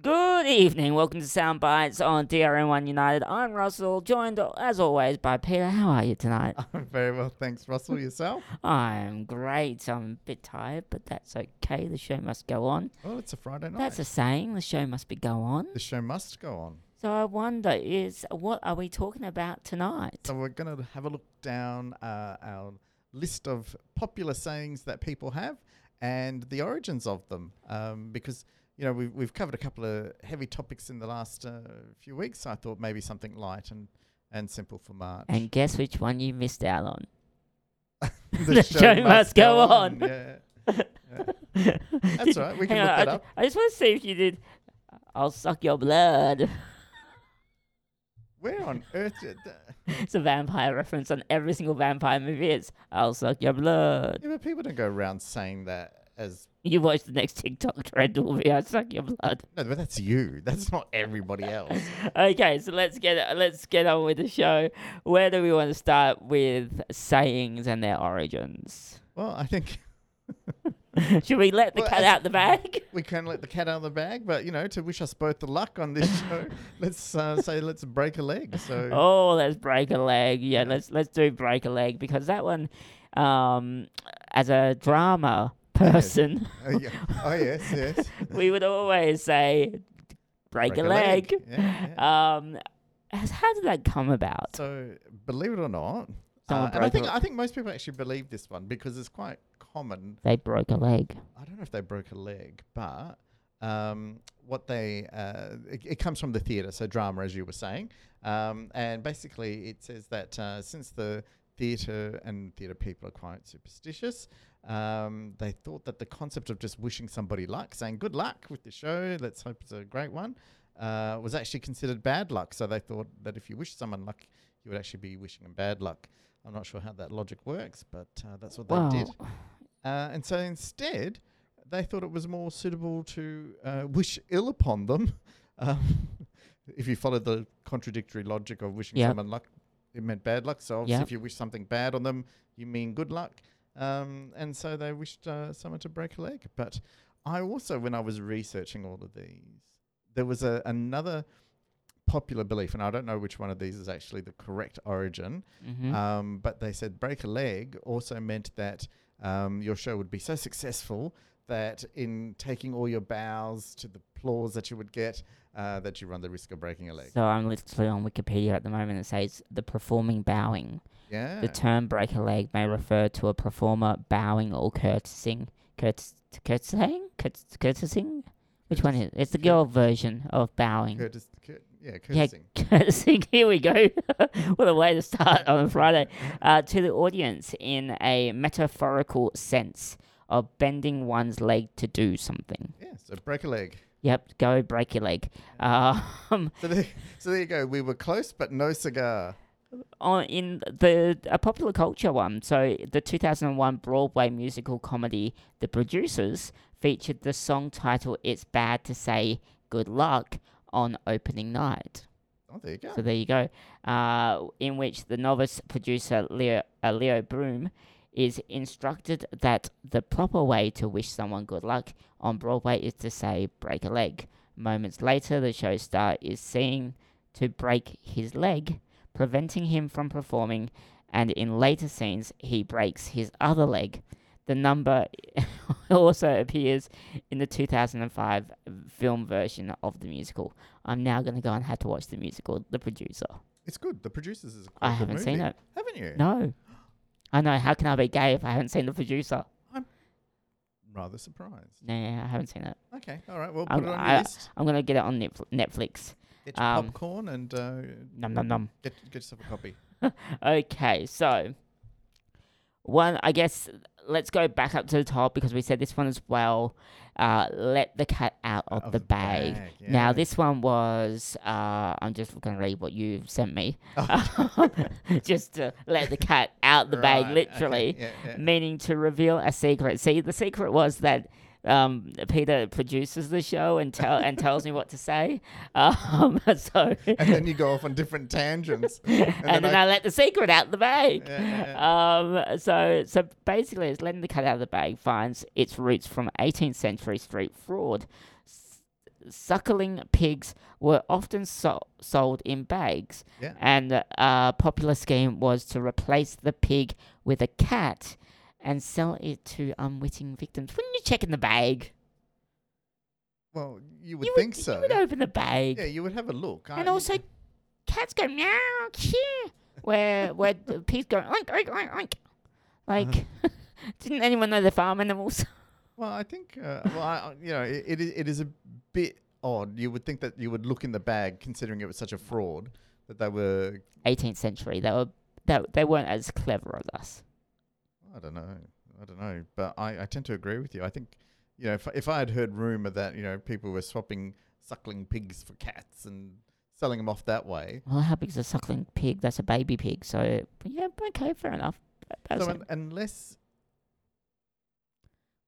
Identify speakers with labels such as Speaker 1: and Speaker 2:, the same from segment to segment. Speaker 1: Good evening. Welcome to Sound Bites on DRN1 United. I'm Russell, joined as always by Peter. How are you tonight?
Speaker 2: I'm very well, thanks, Russell. Yourself?
Speaker 1: I'm great. I'm a bit tired, but that's okay. The show must go on.
Speaker 2: Well, it's a Friday night.
Speaker 1: That's a saying. The show must be go on.
Speaker 2: the show must go on.
Speaker 1: So I wonder is what are we talking about tonight?
Speaker 2: So we're going to have a look down uh, our list of popular sayings that people have and the origins of them, um, because you know we've, we've covered a couple of heavy topics in the last uh, few weeks. I thought maybe something light and and simple for March.
Speaker 1: And guess which one you missed out on?
Speaker 2: the,
Speaker 1: show must go on.
Speaker 2: Yeah. yeah. That's all right. We can
Speaker 1: Hang on,
Speaker 2: look that
Speaker 1: I,
Speaker 2: up.
Speaker 1: I just want to see if you did. I'll suck your blood.
Speaker 2: Where on earth? Did that?
Speaker 1: it's a vampire reference on every single vampire movie. It's I'll suck your blood.
Speaker 2: Yeah, but people don't go around saying that as
Speaker 1: You watch the next TikTok trend will be I suck your blood.
Speaker 2: No, but that's you. That's not everybody else.
Speaker 1: Okay, so let's get let's get on with the show. Where do we want to start with sayings and their origins?
Speaker 2: well, I think
Speaker 1: Should we let the
Speaker 2: Well,
Speaker 1: cat
Speaker 2: as-
Speaker 1: out the bag?
Speaker 2: we can let the cat out of the bag, but you know, to wish us both the luck on this show, let's uh, say let's break a leg. So
Speaker 1: Oh, let's break a leg. Yeah, let's let's do break a leg because that one, um, as a drama person,
Speaker 2: Oh, yeah. oh yes, yes.
Speaker 1: we would always say break, a, leg.
Speaker 2: Yeah, yeah.
Speaker 1: Um, as- how did that come about?
Speaker 2: so believe it or not, uh,
Speaker 1: Someone
Speaker 2: and I
Speaker 1: broke
Speaker 2: think
Speaker 1: a-
Speaker 2: I think most people actually believe this one because it's quite common
Speaker 1: They broke a leg.
Speaker 2: I don't know if they broke a leg, but um, what they uh, it, it comes from the theatre, so drama, as you were saying, um, and basically it says that uh, since the theatre and theatre people are quite superstitious, um, they thought that the concept of just wishing somebody luck, saying good luck with the show, let's hope it's a great one, uh, was actually considered bad luck. So they thought that if you wish someone luck, you would actually be wishing them bad luck. I'm not sure how that logic works, but uh, that's what
Speaker 1: Wow.
Speaker 2: they did. Uh, and so instead, they thought it was more suitable to uh, wish ill upon them. Um, if you follow the contradictory logic of wishing
Speaker 1: Yep.
Speaker 2: someone luck, it meant bad luck. So obviously,
Speaker 1: Yep.
Speaker 2: if you wish something bad on them, you mean good luck. Um, and so they wished uh, someone to break a leg. But I also, when I was researching all of these, there was a, another popular belief, and I don't know which one of these is actually the correct origin,
Speaker 1: Mhm.
Speaker 2: um, but they said break a leg also meant that um, your show would be so successful that in taking all your bows to the applause that you would get, uh, that you run the risk of breaking a leg.
Speaker 1: So I'm literally on Wikipedia at the moment. It says the performing bowing.
Speaker 2: yeah.
Speaker 1: The term break a leg may refer to a performer bowing or curtsying. Curts, curtsying? Curts, curtsying? Which one is it? It's the
Speaker 2: Cur-
Speaker 1: girl version of bowing.
Speaker 2: Curtis, cur- yeah,
Speaker 1: Yeah,
Speaker 2: cursing.
Speaker 1: curtsying. Here we go. what a way to start on a Friday. Uh, to the audience in a metaphorical sense of bending one's leg to do something.
Speaker 2: Yeah, so break a leg.
Speaker 1: Yep, go break your leg. Um,
Speaker 2: So there, so there you go. We were close, but no cigar.
Speaker 1: on in the a popular culture one. So the 2001 Broadway musical comedy The Producers featured the song title "It's Bad to Say Good Luck" on opening night.
Speaker 2: Oh, there you go.
Speaker 1: So there you go. Uh, in which the novice producer Leo uh, Leo Broom is instructed that the proper way to wish someone good luck on Broadway is to say break a leg. Moments later, the show star is seen to break his leg, preventing him from performing, and in later scenes, he breaks his other leg. The number also appears in the 2005 film version of the musical. I'm now going to go and have to watch the musical, The Producer.
Speaker 2: It's good. Oh, The producers is. A
Speaker 1: I
Speaker 2: good
Speaker 1: haven't seen
Speaker 2: movie.
Speaker 1: it.
Speaker 2: Haven't you?
Speaker 1: No. I know. How can I be gay if I haven't seen The Producer?
Speaker 2: Rather surprised.
Speaker 1: No, I haven't seen it.
Speaker 2: Okay. All right. Well, put
Speaker 1: Um,
Speaker 2: it on
Speaker 1: I-
Speaker 2: your list.
Speaker 1: I'm going to get it on Netf- Netflix.
Speaker 2: Get your
Speaker 1: um,
Speaker 2: popcorn and uh,
Speaker 1: Nom, nom, nom.
Speaker 2: get get yourself a copy.
Speaker 1: Okay, so one, I guess let's go back up to the top because we said this one as well. Uh, let the cat out of, the, bag. Now
Speaker 2: yeah.
Speaker 1: this one was. Uh, I'm just going to read what you sent me, just to let the cat out the bag,
Speaker 2: Right, okay,
Speaker 1: literally,
Speaker 2: yeah, yeah.
Speaker 1: meaning to reveal a secret. See, the secret was that. Um, Peter produces the show and tell and tells me what to say. Um, so
Speaker 2: and then you go off on different tangents.
Speaker 1: and, then, I, let the secret out the bag.
Speaker 2: Yeah, yeah,
Speaker 1: Um, so, so basically, it's letting the cat out of the bag finds its roots from 18th century street fraud. S- suckling pigs were often so- sold in bags,
Speaker 2: Yeah.
Speaker 1: and uh, a popular scheme was to replace the pig with a cat and sell it to unwitting victims. Wouldn't you check in the bag?
Speaker 2: Well, you would
Speaker 1: you
Speaker 2: think
Speaker 1: would,
Speaker 2: so.
Speaker 1: You would open the bag,
Speaker 2: yeah, you would have a look.
Speaker 1: and also cats go meow, kee, where where the pigs go oink oink oink oink. Like,
Speaker 2: Uh-huh.
Speaker 1: didn't anyone know they're farm animals?
Speaker 2: Well, I think, uh, well, I, I- you know, it, it, is, it is a bit odd. You would think that you would look in the bag, considering it was such a fraud that they were.
Speaker 1: 18th century, they were they, they weren't as clever as us.
Speaker 2: I don't know. I don't know, but I, I tend to agree with you. I think, you know, if, if I had heard rumor that you know people were swapping suckling pigs for cats and selling them off that way.
Speaker 1: Well, how big's a suckling pig? That's a baby pig. So yeah, okay, fair enough. That- that's
Speaker 2: So
Speaker 1: it.
Speaker 2: un- unless,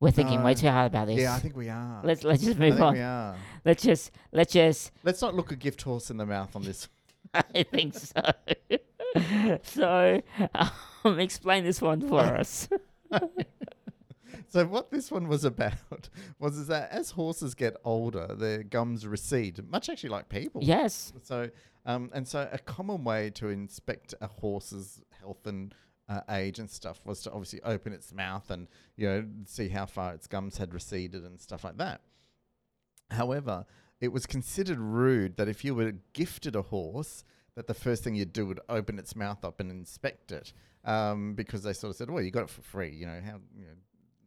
Speaker 1: We're thinking way
Speaker 2: no.
Speaker 1: too hard about this.
Speaker 2: Uh, yeah, I think we are.
Speaker 1: let's let's just
Speaker 2: I
Speaker 1: move
Speaker 2: think we
Speaker 1: on.
Speaker 2: are.
Speaker 1: Let's just let's just.
Speaker 2: Let's not look a gift horse in the mouth on this.
Speaker 1: I think so. so, um, explain this one for us.
Speaker 2: So what this one was about was is that as horses get older, their gums recede, much actually like people.
Speaker 1: yes.
Speaker 2: So, um, and so a common way to inspect a horse's health and uh, age and stuff was to obviously open its mouth and you know see how far its gums had receded and stuff like that. However, it was considered rude that if you were gifted a horse, that the first thing you'd do would open its mouth up and inspect it, um, because they sort of said, "Well, you got it for free." You know how you know,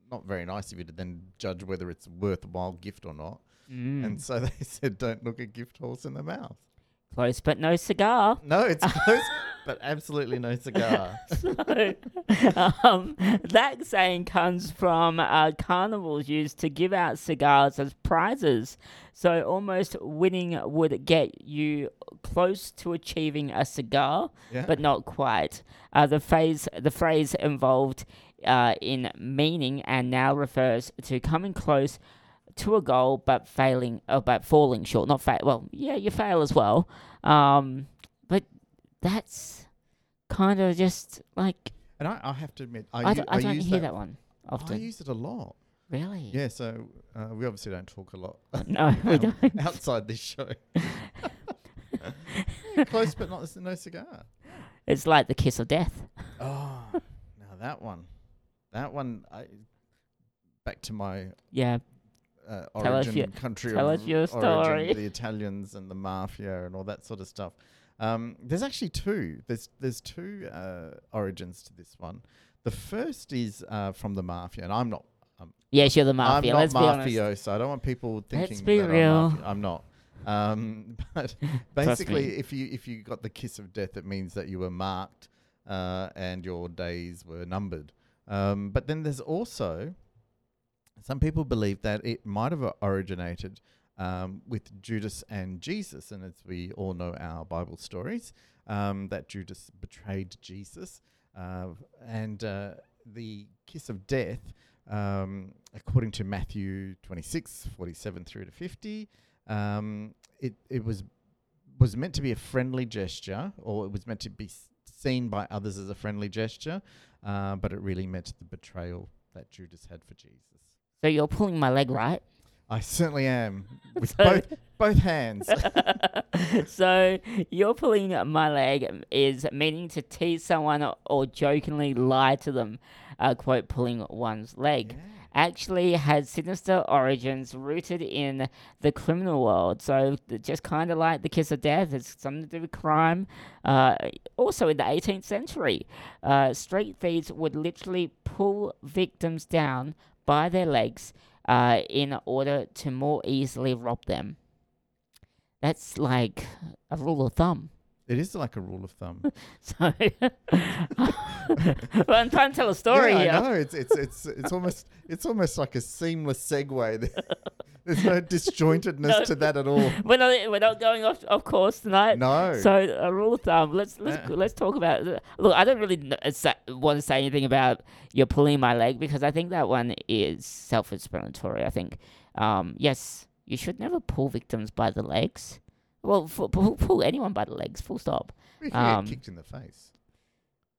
Speaker 2: not very nice of you to then judge whether it's a worthwhile gift or not.
Speaker 1: Hmm. Mm.
Speaker 2: And so they said, "Don't look a gift horse in the mouth."
Speaker 1: Close but no cigar.
Speaker 2: No, it's close, but absolutely no cigar.
Speaker 1: So, um, that saying comes from uh, carnivals used to give out cigars as prizes. So, almost winning would get you close to achieving a cigar,
Speaker 2: Yeah.
Speaker 1: but not quite. Uh, the phrase the phrase involved uh, in meaning and now refers to coming close to a goal but failing, uh, but falling short. Not fail. Well, yeah, you fail as well. Um, but that's kind of just like
Speaker 2: And I, I have to admit, I,
Speaker 1: I,
Speaker 2: u-
Speaker 1: d- I don't
Speaker 2: use
Speaker 1: hear that, one
Speaker 2: I
Speaker 1: often.
Speaker 2: use it a lot.
Speaker 1: really?
Speaker 2: Yeah, Um, so uh, we obviously don't talk a lot
Speaker 1: No, we don't.
Speaker 2: outside this show. close, but not no cigar.
Speaker 1: It's like the kiss of death.
Speaker 2: Oh, now that one, that one. I, back to my
Speaker 1: Yeah.
Speaker 2: uh,
Speaker 1: Tell us
Speaker 2: origin
Speaker 1: your-
Speaker 2: country
Speaker 1: tell
Speaker 2: of
Speaker 1: us your story.
Speaker 2: origin, the Italians and the mafia and all that sort of stuff. Um, there's actually two. There's there's two uh, origins to this one. The first is uh, from the mafia, and I'm not
Speaker 1: Yes, you're the mafia.
Speaker 2: I'm
Speaker 1: Let's
Speaker 2: not
Speaker 1: be honest.
Speaker 2: mafioso. I don't want people thinking
Speaker 1: be
Speaker 2: that
Speaker 1: real.
Speaker 2: I'm, mafia- I'm not. Um, but
Speaker 1: me.
Speaker 2: basically, if you if you got the kiss of death, it means that you were marked uh, and your days were numbered. Um, but then there's also some people believe that it might have originated um, with Judas and Jesus, and as we all know our Bible stories, um, that Judas betrayed Jesus, uh, and uh, the kiss of death um, according to Matthew 26, 47 through to 50, um, it, it was was meant to be a friendly gesture, or it was meant to be s- seen by others as a friendly gesture, uh, but it really meant the betrayal that Judas had for Jesus.
Speaker 1: So you're pulling my leg, right?
Speaker 2: I certainly am with
Speaker 1: So-
Speaker 2: both both hands.
Speaker 1: so you're pulling my leg is meaning to tease someone or jokingly lie to them. Uh, quote, pulling one's leg. actually has sinister origins rooted in the criminal world. So th- just kind of like the kiss of death, it's something to do with crime. Uh, also in the 18th century, uh, street thieves would literally pull victims down by their legs uh, in order to more easily rob them. That's like a rule of thumb.
Speaker 2: It is like a rule of thumb.
Speaker 1: So, well, I'm trying to tell a story
Speaker 2: yeah,
Speaker 1: here.
Speaker 2: I know. It's it's it's it's almost it's almost like a seamless segue. There- There's no disjointedness
Speaker 1: No.
Speaker 2: to that at all.
Speaker 1: We're not, we're not going off, off course tonight.
Speaker 2: No.
Speaker 1: So a rule of thumb. Let's let's
Speaker 2: Yeah.
Speaker 1: let's talk about. the- Look, I don't really want to say anything about you're pulling my leg because I think that one is self-explanatory. I think, um, yes, you should never pull victims by the legs. Well, fu- pull, pull anyone by the legs. Full stop.
Speaker 2: We can get
Speaker 1: Um,
Speaker 2: kicked in the face.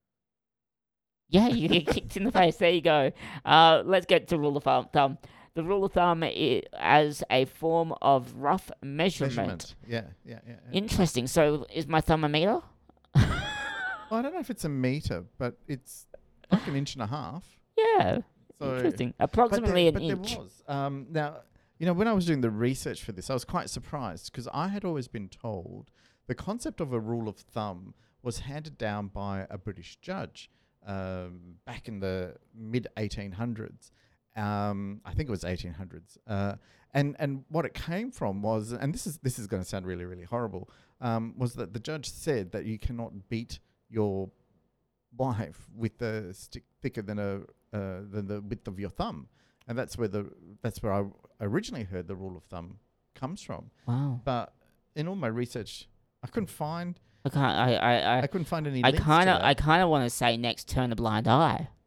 Speaker 1: Yeah, you get kicked in the face. There you go. Uh, let's get to rule of thumb. The rule of thumb i as a form of rough measurement.
Speaker 2: Measurement. Yeah, yeah, yeah. yeah.
Speaker 1: Interesting. So is my thumb a meter?
Speaker 2: Well, I don't know if it's a meter, but it's like an inch and a half.
Speaker 1: Yeah.
Speaker 2: So
Speaker 1: Interesting.
Speaker 2: But there-
Speaker 1: Approximately
Speaker 2: but
Speaker 1: an inch.
Speaker 2: there was. Um, now, you know, when I was doing the research for this, I was quite surprised because I had always been told the concept of a rule of thumb was handed down by a British judge um, back in the mid 1800s. Um, I think it was 1800s. Uh, and and what it came from was, and this is this is going to sound really really horrible, um, was that the judge said that you cannot beat your wife with the stick thicker than a uh, than the width of your thumb, and that's where the that's where I originally heard the rule of thumb comes from.
Speaker 1: Wow.
Speaker 2: But in all my research, I couldn't find
Speaker 1: I can't. I. I.
Speaker 2: I
Speaker 1: I,
Speaker 2: couldn't find any.
Speaker 1: I
Speaker 2: links to
Speaker 1: kind of.
Speaker 2: that.
Speaker 1: I kind of want to say next, turn a blind eye.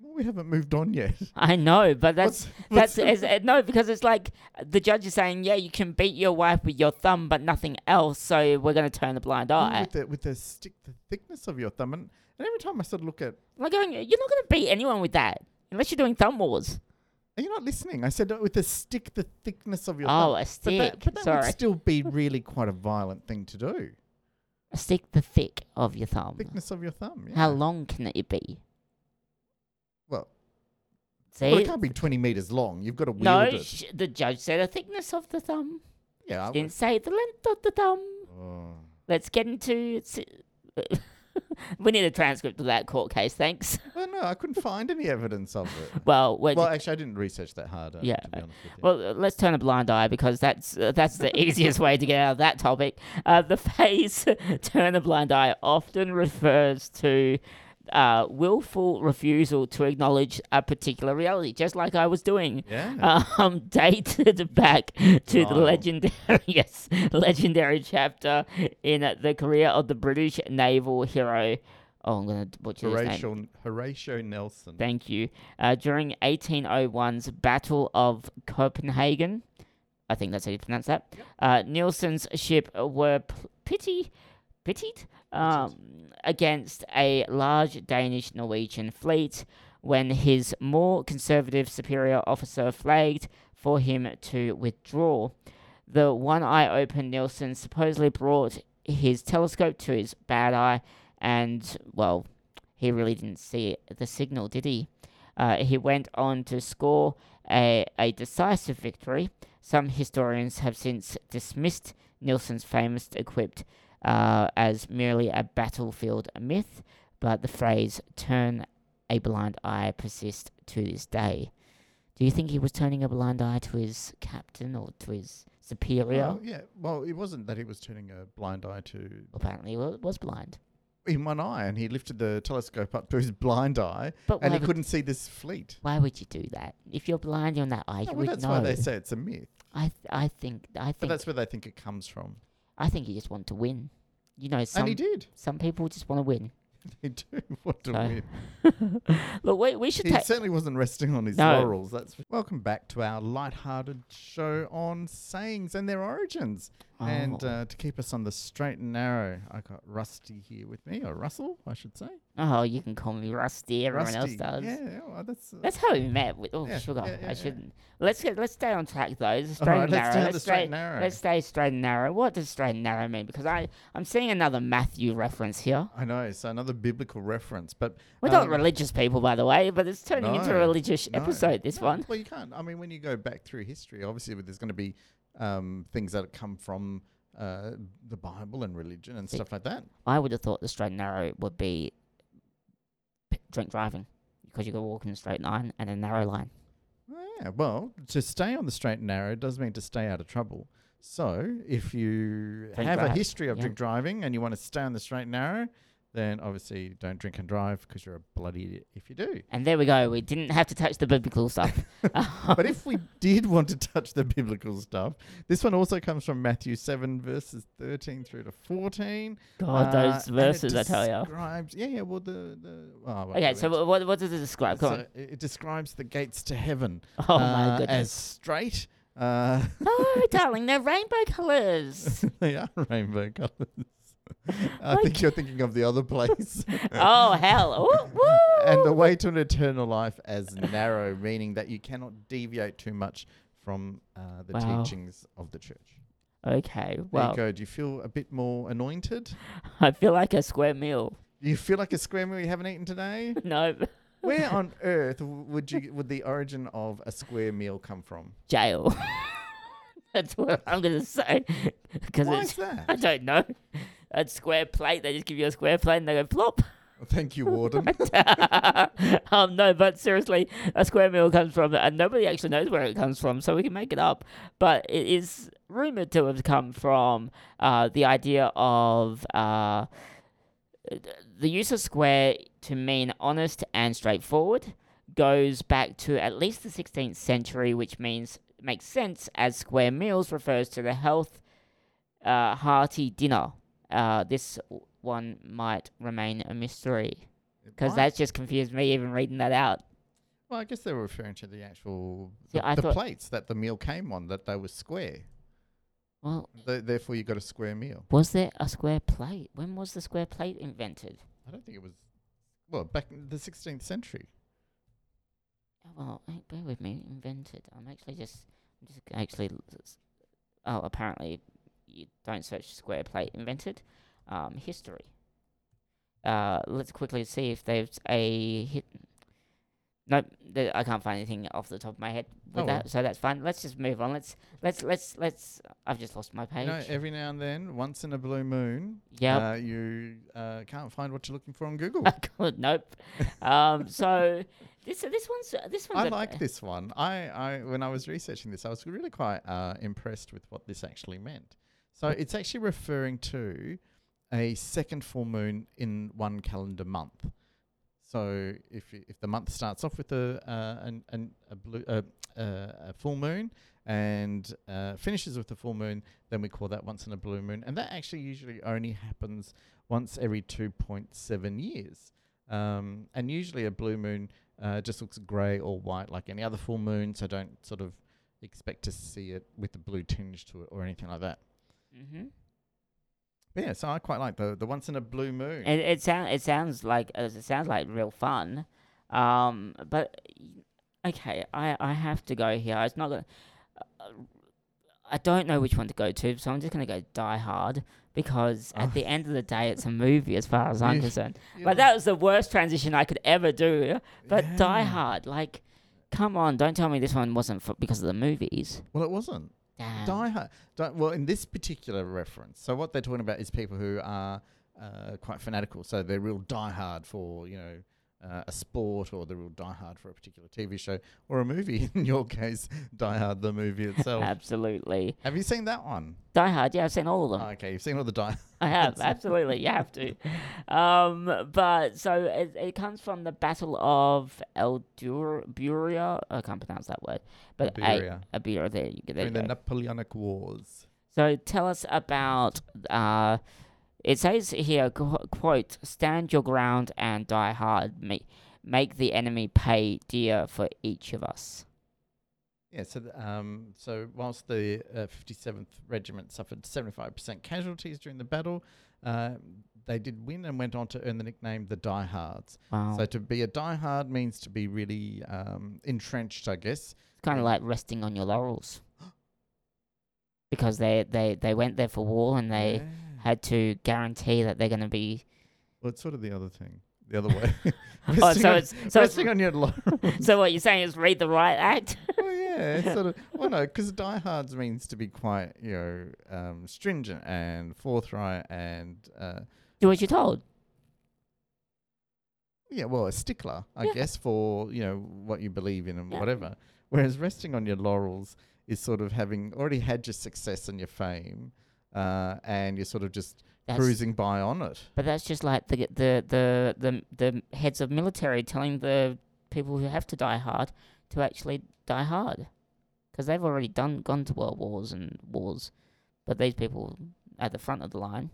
Speaker 2: Well, we haven't moved on yet.
Speaker 1: I know, but that's
Speaker 2: What's-
Speaker 1: That's it's,
Speaker 2: what's-
Speaker 1: uh, no, because it's like the judge is saying, yeah, you can beat your wife with your thumb, but nothing else. So we're gonna turn a blind
Speaker 2: Even
Speaker 1: eye.
Speaker 2: with the with the stick the thickness of your thumb, and, and every time I sort of look at,
Speaker 1: Like going, you're not gonna beat anyone with that unless you're doing thumb wars.
Speaker 2: are you not listening? I said uh, with the stick the thickness of your thumb.
Speaker 1: Oh, a
Speaker 2: But
Speaker 1: stick.
Speaker 2: that, but that
Speaker 1: Sorry,
Speaker 2: would still be really quite a violent thing to do.
Speaker 1: a stick the thick of your thumb.
Speaker 2: Thickness of your thumb. Yeah.
Speaker 1: How long can it be?
Speaker 2: Well,
Speaker 1: See,
Speaker 2: well, it can't be 20 meters long. You've got to wield
Speaker 1: no,
Speaker 2: it.
Speaker 1: sh- the judge said a thickness of the thumb.
Speaker 2: Yeah. I
Speaker 1: Didn't say the length of the thumb.
Speaker 2: would- oh.
Speaker 1: Let's get into. s- we need a transcript of that court case. Thanks.
Speaker 2: Well, Oh, no, I couldn't find any evidence of it.
Speaker 1: Well, we're
Speaker 2: well, actually, I didn't research that hard. uh,
Speaker 1: Yeah,
Speaker 2: To be
Speaker 1: uh,
Speaker 2: honest with you.
Speaker 1: Well, uh, let's turn a blind eye because that's uh, that's the easiest way to get out of that topic. Uh, the phrase "turn a blind eye" often refers to uh, willful refusal to acknowledge a particular reality, just like I was doing.
Speaker 2: yeah.
Speaker 1: Um, dated back to the
Speaker 2: Wow.
Speaker 1: legendary, yes, legendary chapter in uh, the career of the British naval hero. Oh, I'm gonna butcher his name.
Speaker 2: Horatio, Horatio Nelson.
Speaker 1: Thank you. Uh, during 1801's Battle of Copenhagen, I think that's how you pronounce that. Uh, Nielsen's ship were p- pity, pitied um, against a large Danish Norwegian fleet when his more conservative superior officer flagged for him to withdraw. The one eye open Nielsen supposedly brought his telescope to his bad eye and, well, he really didn't see the signal, did he? Uh, he went on to score a, a decisive victory. Some historians have since dismissed Nielsen's famous equipped uh, as merely a battlefield myth, but the phrase turn a blind eye persists to this day. Do you think he was turning a blind eye to his captain or to his superior?
Speaker 2: Well, yeah. Well, it wasn't that he was turning a blind eye to
Speaker 1: Apparently, well, it was blind.
Speaker 2: in one eye, and he lifted the telescope up to his blind eye,
Speaker 1: But why
Speaker 2: and he
Speaker 1: would,
Speaker 2: couldn't see this fleet.
Speaker 1: why would you do that? If you're blind on that eye, you
Speaker 2: No, well,
Speaker 1: would
Speaker 2: that's
Speaker 1: know.
Speaker 2: why they say it's a myth.
Speaker 1: I th- I think I
Speaker 2: But
Speaker 1: think
Speaker 2: that's where they think it comes from.
Speaker 1: I think he just wanted to win. You know,
Speaker 2: and he
Speaker 1: some
Speaker 2: did.
Speaker 1: some people just want to win.
Speaker 2: He do want to
Speaker 1: So-
Speaker 2: win.
Speaker 1: Look, we we should
Speaker 2: He
Speaker 1: take.
Speaker 2: certainly wasn't resting on his
Speaker 1: No.
Speaker 2: laurels. That's for- welcome back to our light-hearted show on sayings and their origins. And
Speaker 1: Oh.
Speaker 2: uh, to keep us on the straight and narrow, I got Rusty here with me, or Russell, I should say.
Speaker 1: oh, you can call me Rusty. Everyone
Speaker 2: Rusty.
Speaker 1: else does.
Speaker 2: Yeah, well, that's. Uh,
Speaker 1: That's how we met. With, oh
Speaker 2: Yeah,
Speaker 1: sugar,
Speaker 2: yeah, yeah,
Speaker 1: I
Speaker 2: yeah.
Speaker 1: shouldn't. Let's get let's stay on track though. It's a
Speaker 2: all
Speaker 1: Straight
Speaker 2: right,
Speaker 1: and narrow.
Speaker 2: let's do
Speaker 1: Let's
Speaker 2: the
Speaker 1: stay,
Speaker 2: straight and narrow.
Speaker 1: Let's stay straight and narrow. What does straight and narrow mean? Because I I'm seeing another Matthew reference here.
Speaker 2: I know, so another biblical reference, but
Speaker 1: We're not
Speaker 2: um,
Speaker 1: religious people, by the way, but it's turning into a
Speaker 2: no,
Speaker 1: religious
Speaker 2: no,
Speaker 1: episode. This
Speaker 2: no,
Speaker 1: one.
Speaker 2: Well, you can't. I mean, when you go back through history, obviously, there's going to be um, things that come from uh, the Bible and religion and
Speaker 1: See.
Speaker 2: stuff like that.
Speaker 1: I would have thought the straight and narrow would be p- drink driving because you go walking a straight line and a narrow line.
Speaker 2: Yeah, well, to stay on the straight and narrow does mean to stay out of trouble. So, if you
Speaker 1: Drink
Speaker 2: have a
Speaker 1: drive,
Speaker 2: history of
Speaker 1: yeah.
Speaker 2: drink driving and you want to stay on the straight and narrow, then obviously don't drink and drive because you're a bloody idiot if you do.
Speaker 1: And there we go. We didn't have to touch the biblical stuff. Oh,
Speaker 2: But if we did want to touch the biblical stuff, this one also comes from Matthew 7, verses 13 through to 14.
Speaker 1: God,
Speaker 2: Uh,
Speaker 1: Oh, those
Speaker 2: and it
Speaker 1: verses, I tell you.
Speaker 2: describes- Yeah, yeah, well, the. the oh, well,
Speaker 1: Okay,
Speaker 2: anyway,
Speaker 1: so wha- what, what does it describe? Come on.
Speaker 2: so it it describes the gates to heaven
Speaker 1: Oh, my
Speaker 2: uh, as
Speaker 1: goodness.
Speaker 2: straight. Uh,
Speaker 1: Oh, darling, they're rainbow colours.
Speaker 2: they are rainbow colours. I think you're thinking of the other place.
Speaker 1: oh, hell. Ooh,
Speaker 2: and the way to an eternal life as narrow, meaning that you cannot deviate too much from uh, the
Speaker 1: Wow.
Speaker 2: teachings of the church.
Speaker 1: Okay,
Speaker 2: There
Speaker 1: well,
Speaker 2: you go. Do you feel a bit more anointed?
Speaker 1: I feel like a square meal.
Speaker 2: Do you feel like a square meal you haven't eaten today?
Speaker 1: No,
Speaker 2: Where on earth w- would you would the origin of a square meal come from?
Speaker 1: jail. That's what I'm going to say. Because
Speaker 2: Why is
Speaker 1: it's, I
Speaker 2: that?
Speaker 1: don't know. A square plate, they just give you a square plate and they go plop.
Speaker 2: Thank you, Warden.
Speaker 1: um, no, but seriously, a square meal comes from, and nobody actually knows where it comes from, so we can make it up. But it is rumored to have come from uh, the idea of uh, the use of square to mean honest and straightforward goes back to at least the 16th century, which means makes sense as square meals refers to the health uh, hearty dinner. Uh, this w- one might remain a mystery. Because
Speaker 2: Why?
Speaker 1: that's just confused me even reading that out.
Speaker 2: well, I guess they were referring to the actual
Speaker 1: See,
Speaker 2: the,
Speaker 1: I
Speaker 2: the
Speaker 1: thought-
Speaker 2: plates that the meal came on that they were square.
Speaker 1: Well,
Speaker 2: Th- therefore, you got a square meal.
Speaker 1: was there a square plate? When was the square plate invented?
Speaker 2: I don't think it was well back in the 16th century.
Speaker 1: Oh, well, hey, bear with me. Invented. I'm actually just, I'm just actually. l- s- Oh, apparently, you don't search square plate invented. Um, history. Uh, let's quickly see if there's a hit. Nope, th- I can't find anything off the top of my head with
Speaker 2: Oh, well.
Speaker 1: that, so that's fine. Let's just move on. Let's let's let's let's. I've just lost my page.
Speaker 2: You know, every now and then, once in a blue moon,
Speaker 1: Yep.
Speaker 2: uh, you uh, can't find what you're looking for on Google.
Speaker 1: I could- oh, nope. Um, so this this one's this one's
Speaker 2: I
Speaker 1: a-
Speaker 2: like this one. I, I when I was researching this, I was really quite uh, impressed with what this actually meant. So it's actually referring to a second full moon in one calendar month. So if y- if the month starts off with a uh, an, an, a blue uh, uh, a full moon and uh, finishes with a full moon, then we call that once in a blue moon, and that actually usually only happens once every two point seven years. Um, and usually a blue moon uh, just looks grey or white like any other full moon, so don't sort of expect to see it with a blue tinge to it or anything like that.
Speaker 1: Mhm.
Speaker 2: But yeah, so I quite like the the once in a blue moon.
Speaker 1: It it sounds it sounds like uh, it sounds like real fun, um, but y- okay, I I have to go here. It's not gonna. Uh, I don't know which one to go to, so I'm just gonna go Die Hard because
Speaker 2: Oh.
Speaker 1: at the end of the day, it's a movie as far as I'm
Speaker 2: You-
Speaker 1: concerned.
Speaker 2: You
Speaker 1: But
Speaker 2: know,
Speaker 1: that was the worst transition I could ever do. But Die
Speaker 2: yeah.
Speaker 1: Hard, like, come on, don't tell me this one wasn't for, because of the movies.
Speaker 2: Well, it wasn't.
Speaker 1: Damn.
Speaker 2: Die Hard. Di- well, in this particular reference, so what they're talking about is people who are uh, quite fanatical. So they're real diehard for you know uh, a sport, or they're real diehard for a particular TV show or a movie. In your case, Die Hard the movie itself.
Speaker 1: Absolutely.
Speaker 2: Have you seen that one?
Speaker 1: Die Hard, yeah, I've seen all of them.
Speaker 2: Okay, you've seen all the Die.
Speaker 1: I have, absolutely, you have to. Um, but so it, it comes from the Battle of Elburia. I can't pronounce that word, but
Speaker 2: Iberia.
Speaker 1: Elburia. There, you, there you
Speaker 2: During the
Speaker 1: go.
Speaker 2: Napoleonic Wars.
Speaker 1: So tell us about. Uh, it says here, qu- quote, "Stand your ground and die hard. Make make the enemy pay dear for each of us."
Speaker 2: Yeah, so th- um, so whilst the uh, 57th Regiment suffered 75% casualties during the battle, uh, they did win and went on to earn the nickname the Diehards.
Speaker 1: Wow,
Speaker 2: So to be a diehard means to be really um, entrenched, I guess.
Speaker 1: it's kind of like resting on your laurels, because they they they went there for war and they.
Speaker 2: Yeah.
Speaker 1: had to guarantee that they're going to be.
Speaker 2: Well, it's sort of the other thing, the other way.
Speaker 1: Oh,
Speaker 2: Resting
Speaker 1: so
Speaker 2: on-
Speaker 1: it's so it's,
Speaker 2: resting on your laurels.
Speaker 1: so what you're saying is read the right act.
Speaker 2: well, yeah, it's sort of. Well, no, because diehards means to be quite, you know, um, stringent and forthright and uh,
Speaker 1: Do what you're told.
Speaker 2: Yeah, well, a stickler, I
Speaker 1: Yeah.
Speaker 2: guess, for you know what you believe in and
Speaker 1: Yeah.
Speaker 2: whatever. Whereas resting on your laurels is sort of having already had your success and your fame, uh, and you're sort of just
Speaker 1: That's,
Speaker 2: cruising by on it.
Speaker 1: But that's just like the the the the the heads of military telling the people who have to die hard to actually die hard, because they've already done gone to world wars and wars, but these people at the front of the line.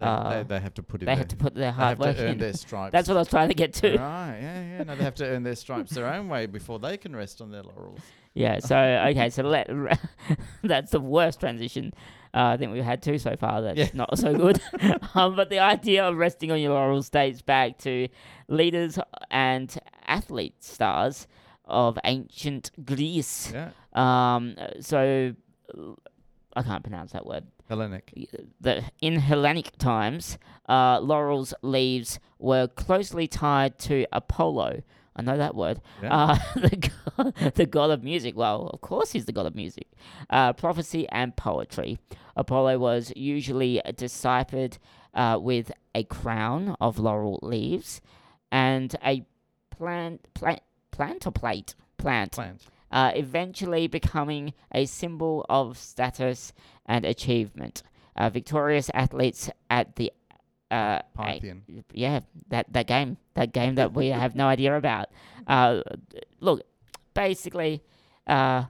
Speaker 2: They,
Speaker 1: Uh,
Speaker 2: they, they have to put in.
Speaker 1: They
Speaker 2: their,
Speaker 1: had to put their
Speaker 2: they
Speaker 1: hard
Speaker 2: have
Speaker 1: work
Speaker 2: to earn
Speaker 1: in.
Speaker 2: their stripes.
Speaker 1: That's what I was trying to get to.
Speaker 2: Right, yeah, yeah. No, they have to earn their stripes their own way before they can rest on their laurels.
Speaker 1: Yeah. So okay. So let that's the worst transition uh, I think we've had two so far. That's
Speaker 2: Yeah.
Speaker 1: not so good. um, but the idea of resting on your laurels dates back to leaders and athlete stars of ancient Greece.
Speaker 2: Yeah,
Speaker 1: Um, so I can't pronounce that word
Speaker 2: Hellenic.
Speaker 1: the in Hellenic times, uh, laurel's leaves were closely tied to Apollo. I know that word.
Speaker 2: Yeah.
Speaker 1: Uh, the, god, the god of music. Well, of course he's the god of music, uh, prophecy and poetry. Apollo was usually deciphered uh, with a crown of laurel leaves and a plant, plant, plant or plate, plant
Speaker 2: Plant.
Speaker 1: uh, eventually becoming a symbol of status and achievement. Uh, victorious athletes at the uh, a-
Speaker 2: Pythian.
Speaker 1: yeah that that game that game that we have no idea about. Uh, look, basically. Uh,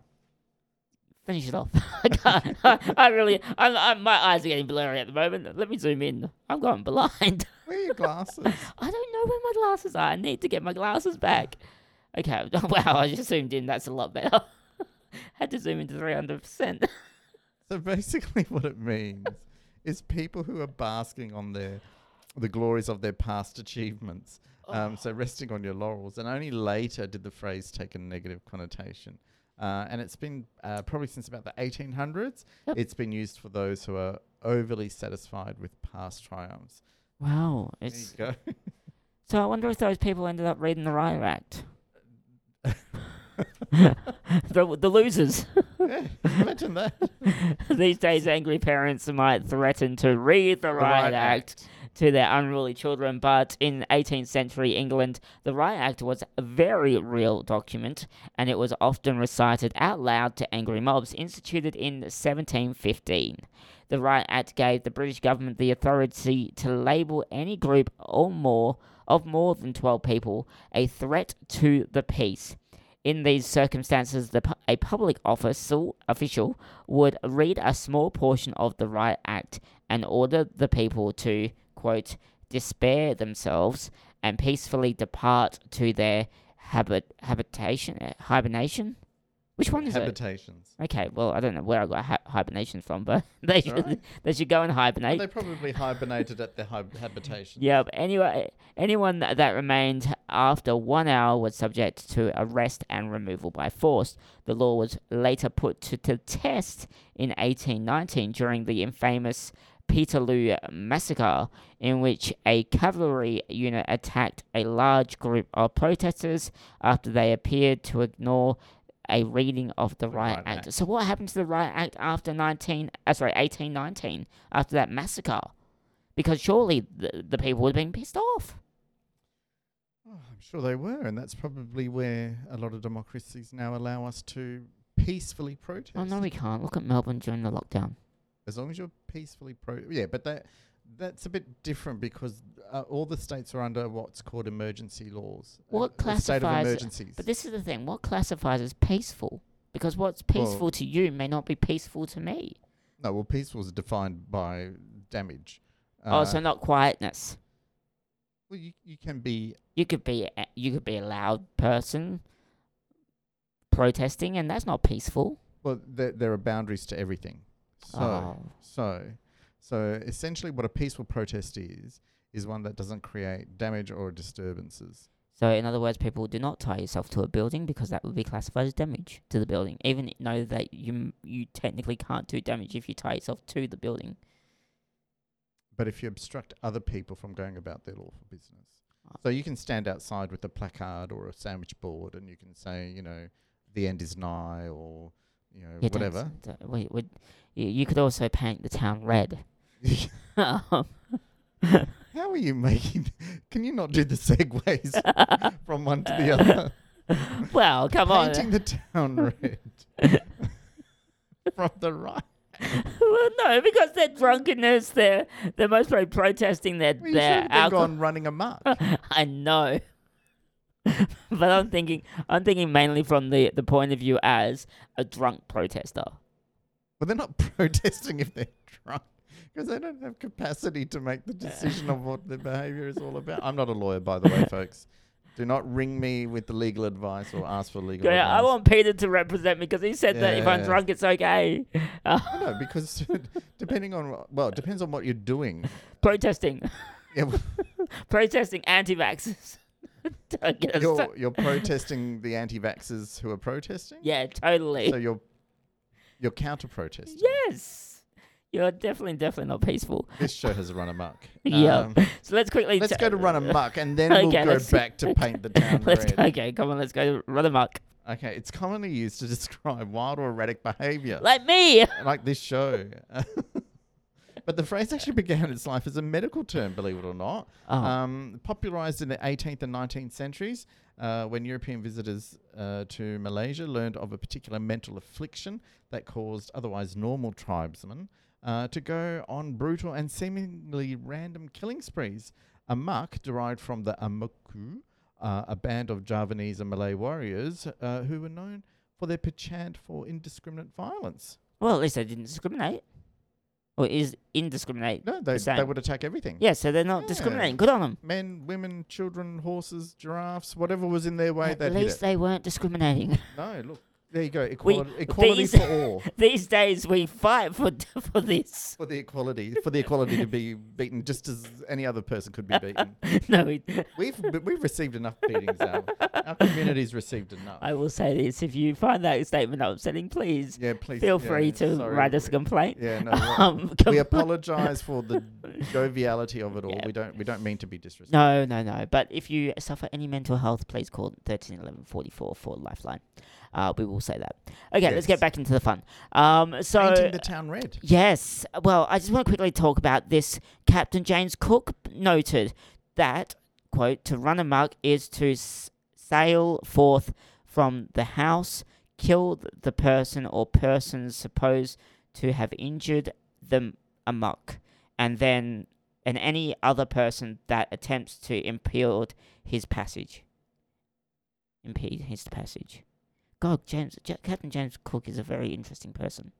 Speaker 1: Finish it off. I, can't, I really, I'm, I'm, my eyes are getting blurry at the moment. Let me zoom in. I'm going blind.
Speaker 2: Where are your glasses?
Speaker 1: I don't know where my glasses are. I need to get my glasses back. Okay. Wow, I just zoomed in. That's a lot better. Had to zoom into 300%.
Speaker 2: So basically, what it means is people who are basking on their the glories of their past achievements. Um,
Speaker 1: Oh.
Speaker 2: so resting on your laurels, and only later did the phrase take a negative connotation. Uh, and it's been uh, probably since about the 1800s.
Speaker 1: Yep.
Speaker 2: It's been used for those who are overly satisfied with past triumphs.
Speaker 1: Wow.
Speaker 2: There you
Speaker 1: It's,
Speaker 2: go.
Speaker 1: so I wonder if those people ended up reading the Riot Act. the, the losers.
Speaker 2: yeah, imagine that.
Speaker 1: These days, angry parents might threaten to read the
Speaker 2: The
Speaker 1: Riot
Speaker 2: Riot
Speaker 1: Act to their unruly children, but in 18th century England, the Riot Act was a very real document and it was often recited out loud to angry mobs, instituted in 1715. The Riot Act gave the British government the authority to label any group or more of more than 12 people a threat to the peace. In these circumstances, the, pu- a public official, official would read a small portion of the Riot Act and order the people to, quote, despair themselves and peacefully depart to their habit, habitation, eh, hibernation? Which one is it?
Speaker 2: Habitations.
Speaker 1: Okay, well, I don't know where I got hi- hibernation from, but they should,
Speaker 2: All right.
Speaker 1: they should go and
Speaker 2: Well,
Speaker 1: hibernate.
Speaker 2: they probably hibernated at their hib- habitation.
Speaker 1: Yeah, but anyway, anyone tha- that remained after one hour was subject to arrest and removal by force. The law was later put to the test in 1819 during the infamous Peterloo Massacre, in which a cavalry unit attacked a large group of protesters after they appeared to ignore a reading of the Riot,
Speaker 2: Riot
Speaker 1: Act.
Speaker 2: Act.
Speaker 1: So what happened to the Riot Act after 19? Uh, sorry, 1819 after that massacre? Because surely the, the people would have been pissed off.
Speaker 2: Oh, I'm sure they were, and that's probably where a lot of democracies now allow us to peacefully protest.
Speaker 1: Oh no, we can't. Look at Melbourne during the lockdown.
Speaker 2: as long as you're peacefully pro, yeah, but that that's a bit different because uh, all the states are under what's called emergency laws. uh,
Speaker 1: What
Speaker 2: a state of
Speaker 1: classifies-
Speaker 2: emergencies?
Speaker 1: But this is the thing. What classifies as peaceful? Because what's peaceful
Speaker 2: Well-
Speaker 1: to you may not be peaceful to me.
Speaker 2: no, well, peaceful is defined by damage. Uh,
Speaker 1: oh, so not quietness.
Speaker 2: well, you, you can be
Speaker 1: You could be a, you could be a loud person protesting, and that's not peaceful.
Speaker 2: well. There, there are boundaries to everything. So.
Speaker 1: oh,
Speaker 2: So, so essentially, what a peaceful protest is is one that doesn't create damage or disturbances.
Speaker 1: so in other words, people do not tie yourself to a building because that would be classified as damage to the building. Even though that you m- you technically can't do damage if you tie yourself to the building.
Speaker 2: But if you obstruct other people from going about their lawful business, so you can stand outside with a placard or a sandwich board, and you can say, you know, the end is nigh, or you know,
Speaker 1: Yeah, don't-
Speaker 2: Uh, whatever.
Speaker 1: don't- we would you, you could also paint the town red. Um,
Speaker 2: How are you making? Can you not do the segues from one to the other?
Speaker 1: well, come
Speaker 2: Painting
Speaker 1: on.
Speaker 2: the town red from the right.
Speaker 1: well, no, because their drunkenness, they're they're most probably protesting their
Speaker 2: Well, you should
Speaker 1: their
Speaker 2: have been
Speaker 1: alcohol.
Speaker 2: gone running amok.
Speaker 1: I know. but I'm thinking I'm thinking mainly from the, the point of view as a drunk protester.
Speaker 2: Well, they're not protesting if they're drunk. because they don't have capacity to make the decision of what their behaviour is all about. I'm not a lawyer, by the way, folks. Do not ring me with the legal advice or ask for legal
Speaker 1: Yeah, I
Speaker 2: advice.
Speaker 1: want Peter to represent me because he said that if I'm
Speaker 2: Yeah.
Speaker 1: drunk, it's okay. Uh,
Speaker 2: no, because depending on wha- well, it depends on what you're doing.
Speaker 1: protesting,
Speaker 2: Yeah, well,
Speaker 1: protesting anti-vaxxers. Don't get us sta-
Speaker 2: you're you're protesting the anti-vaxxers who are protesting.
Speaker 1: yeah, totally.
Speaker 2: So you're you're counter-protesting.
Speaker 1: yes, you're definitely, definitely not peaceful.
Speaker 2: This show has run amok.
Speaker 1: Yeah.
Speaker 2: Um,
Speaker 1: So let's quickly.
Speaker 2: let's
Speaker 1: ta-
Speaker 2: go to run amok, and then
Speaker 1: Okay,
Speaker 2: we'll go
Speaker 1: let's-
Speaker 2: back to paint the town
Speaker 1: Let's
Speaker 2: red.
Speaker 1: go, okay, come on, let's go run amok.
Speaker 2: Okay, it's commonly used to describe wild or erratic behaviour.
Speaker 1: Like me.
Speaker 2: like this show. but the phrase actually began its life as a medical term, believe it or not.
Speaker 1: Oh.
Speaker 2: Um, popularized in the 18th and 19th centuries, uh, when European visitors uh, to Malaysia learned of a particular mental affliction that caused otherwise normal tribesmen uh, to go on brutal and seemingly random killing sprees. Amak, derived from the Amoku, uh, a band of Javanese and Malay warriors uh, who were known for their penchant for indiscriminate violence.
Speaker 1: Well, at least they didn't discriminate. Or is indiscriminate.
Speaker 2: No, they, they
Speaker 1: same.
Speaker 2: would attack everything.
Speaker 1: Yeah, so they're not
Speaker 2: Hmm. Yeah.
Speaker 1: discriminating. Good on them.
Speaker 2: Men, women, children, horses, giraffes, whatever was in their way,
Speaker 1: At
Speaker 2: they'd
Speaker 1: least
Speaker 2: hit it.
Speaker 1: they weren't discriminating.
Speaker 2: No, look, there you go. Equality, equality
Speaker 1: these-
Speaker 2: for all.
Speaker 1: These days we fight for for this.
Speaker 2: For the equality, for the equality to be beaten just as any other person could be beaten.
Speaker 1: No, we,
Speaker 2: We've but we've received enough beatings. Our, our community's received enough.
Speaker 1: I will say this: if you find that statement upsetting, please
Speaker 2: Yeah, please
Speaker 1: feel
Speaker 2: yeah,
Speaker 1: free to
Speaker 2: sorry,
Speaker 1: write us a
Speaker 2: we-
Speaker 1: complaint.
Speaker 2: Yeah, no. we-
Speaker 1: Um,
Speaker 2: We
Speaker 1: com-
Speaker 2: apologise for the joviality of it all.
Speaker 1: Yeah.
Speaker 2: We don't we don't mean to be disrespectful.
Speaker 1: no, no, no. But if you suffer any mental health, please call thirteen eleven forty four for Lifeline. Uh, we will say that. Okay, let's get
Speaker 2: Yes.
Speaker 1: back into the fun. Um, so
Speaker 2: Painting the town red.
Speaker 1: Yes. Well, I just want to quickly talk about this. Captain James Cook noted that, quote, to run amok is to s- sail forth from the house, kill th- the person or persons supposed to have injured them amok, and then and any other person that attempts to impede his passage. Impede his passage. God, James, Ja- Captain James Cook is a very interesting person.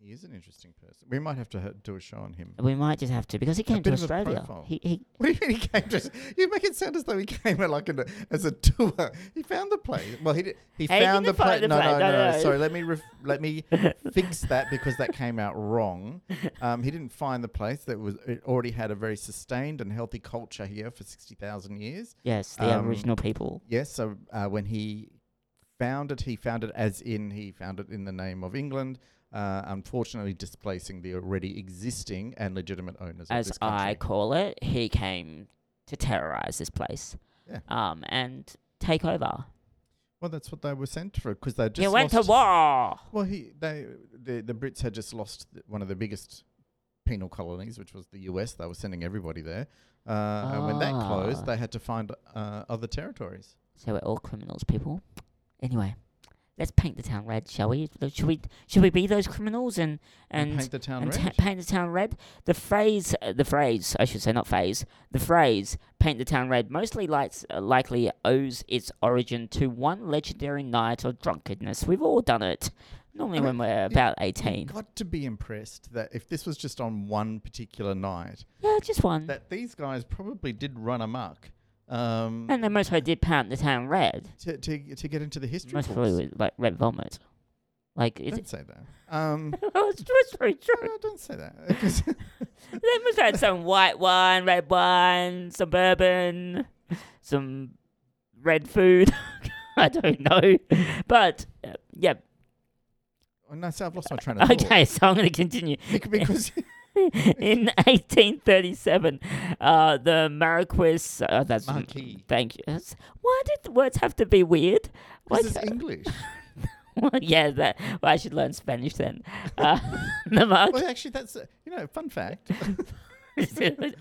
Speaker 2: He is an interesting person. We might have to ha- do a show on him.
Speaker 1: We might just have to because he came to
Speaker 2: bit of a
Speaker 1: Australia.
Speaker 2: profile.
Speaker 1: He, he
Speaker 2: What do you mean he came to? You make it sound as though he came like in a, as a tour. He found the place. Well, he did, he
Speaker 1: Hey, he
Speaker 2: found the
Speaker 1: didn't find
Speaker 2: place.
Speaker 1: the
Speaker 2: No,
Speaker 1: place.
Speaker 2: no, no,
Speaker 1: No,
Speaker 2: no,
Speaker 1: no.
Speaker 2: Sorry, let me ref, let me fix that because that came out wrong. Um, he didn't find the place that was it already had a very sustained and healthy culture here for sixty thousand years.
Speaker 1: yes, the
Speaker 2: Um,
Speaker 1: Aboriginal people.
Speaker 2: Yes, so uh, when he found it, he found it as in he found it in the name of England. Uh, unfortunately, displacing the already existing and legitimate owners of
Speaker 1: as
Speaker 2: this country.
Speaker 1: I call it, he came to terrorize this place.
Speaker 2: Yeah.
Speaker 1: Um, and take over.
Speaker 2: Well, that's what they were sent for because they just
Speaker 1: you went to
Speaker 2: lost-
Speaker 1: war.
Speaker 2: Well, he they the the Brits had just lost th- one of the biggest penal colonies, which was the U.S. They were sending everybody there, uh, and when that
Speaker 1: Ah.
Speaker 2: closed, they had to find uh, other territories.
Speaker 1: So we're all criminals, people. Anyway, let's paint the town red, shall we? Look, Should we? Should we be those criminals and and
Speaker 2: paint the town
Speaker 1: and
Speaker 2: red.
Speaker 1: ta- paint the town red. The phrase, uh, the phrase, I should say, not phase, the phrase "paint the town red" mostly lights, uh, likely owes its origin to one legendary night of drunkenness. We've all done it, normally
Speaker 2: I
Speaker 1: when we're about eighteen.
Speaker 2: Got to be impressed that if this was just on one particular night,
Speaker 1: Yeah, just one.
Speaker 2: that these guys probably did run amok um,
Speaker 1: and they mostly did paint the town red,
Speaker 2: to, to to get into the history.
Speaker 1: mostly
Speaker 2: Books.
Speaker 1: with like red vomit. Like it's,
Speaker 2: Don't say that. Um,
Speaker 1: it's just very
Speaker 2: no,
Speaker 1: true.
Speaker 2: no, don't say that. 'Cause-
Speaker 1: They must have had some white wine, red wine, some bourbon, some red food. I don't know. But, uh, yeah.
Speaker 2: oh, no, so I've lost my train of thought.
Speaker 1: Okay, so I'm going to continue.
Speaker 2: Bec- Because
Speaker 1: In 1837, uh, the Marquis. Uh, that's
Speaker 2: Marquis.
Speaker 1: Thank you. That's- why did the words have to be weird? Why
Speaker 2: this is
Speaker 1: ca-
Speaker 2: English.
Speaker 1: well, yeah, that, well, I should learn Spanish then. Uh, the Marquis.
Speaker 2: Well, actually, that's a, you know, fun fact.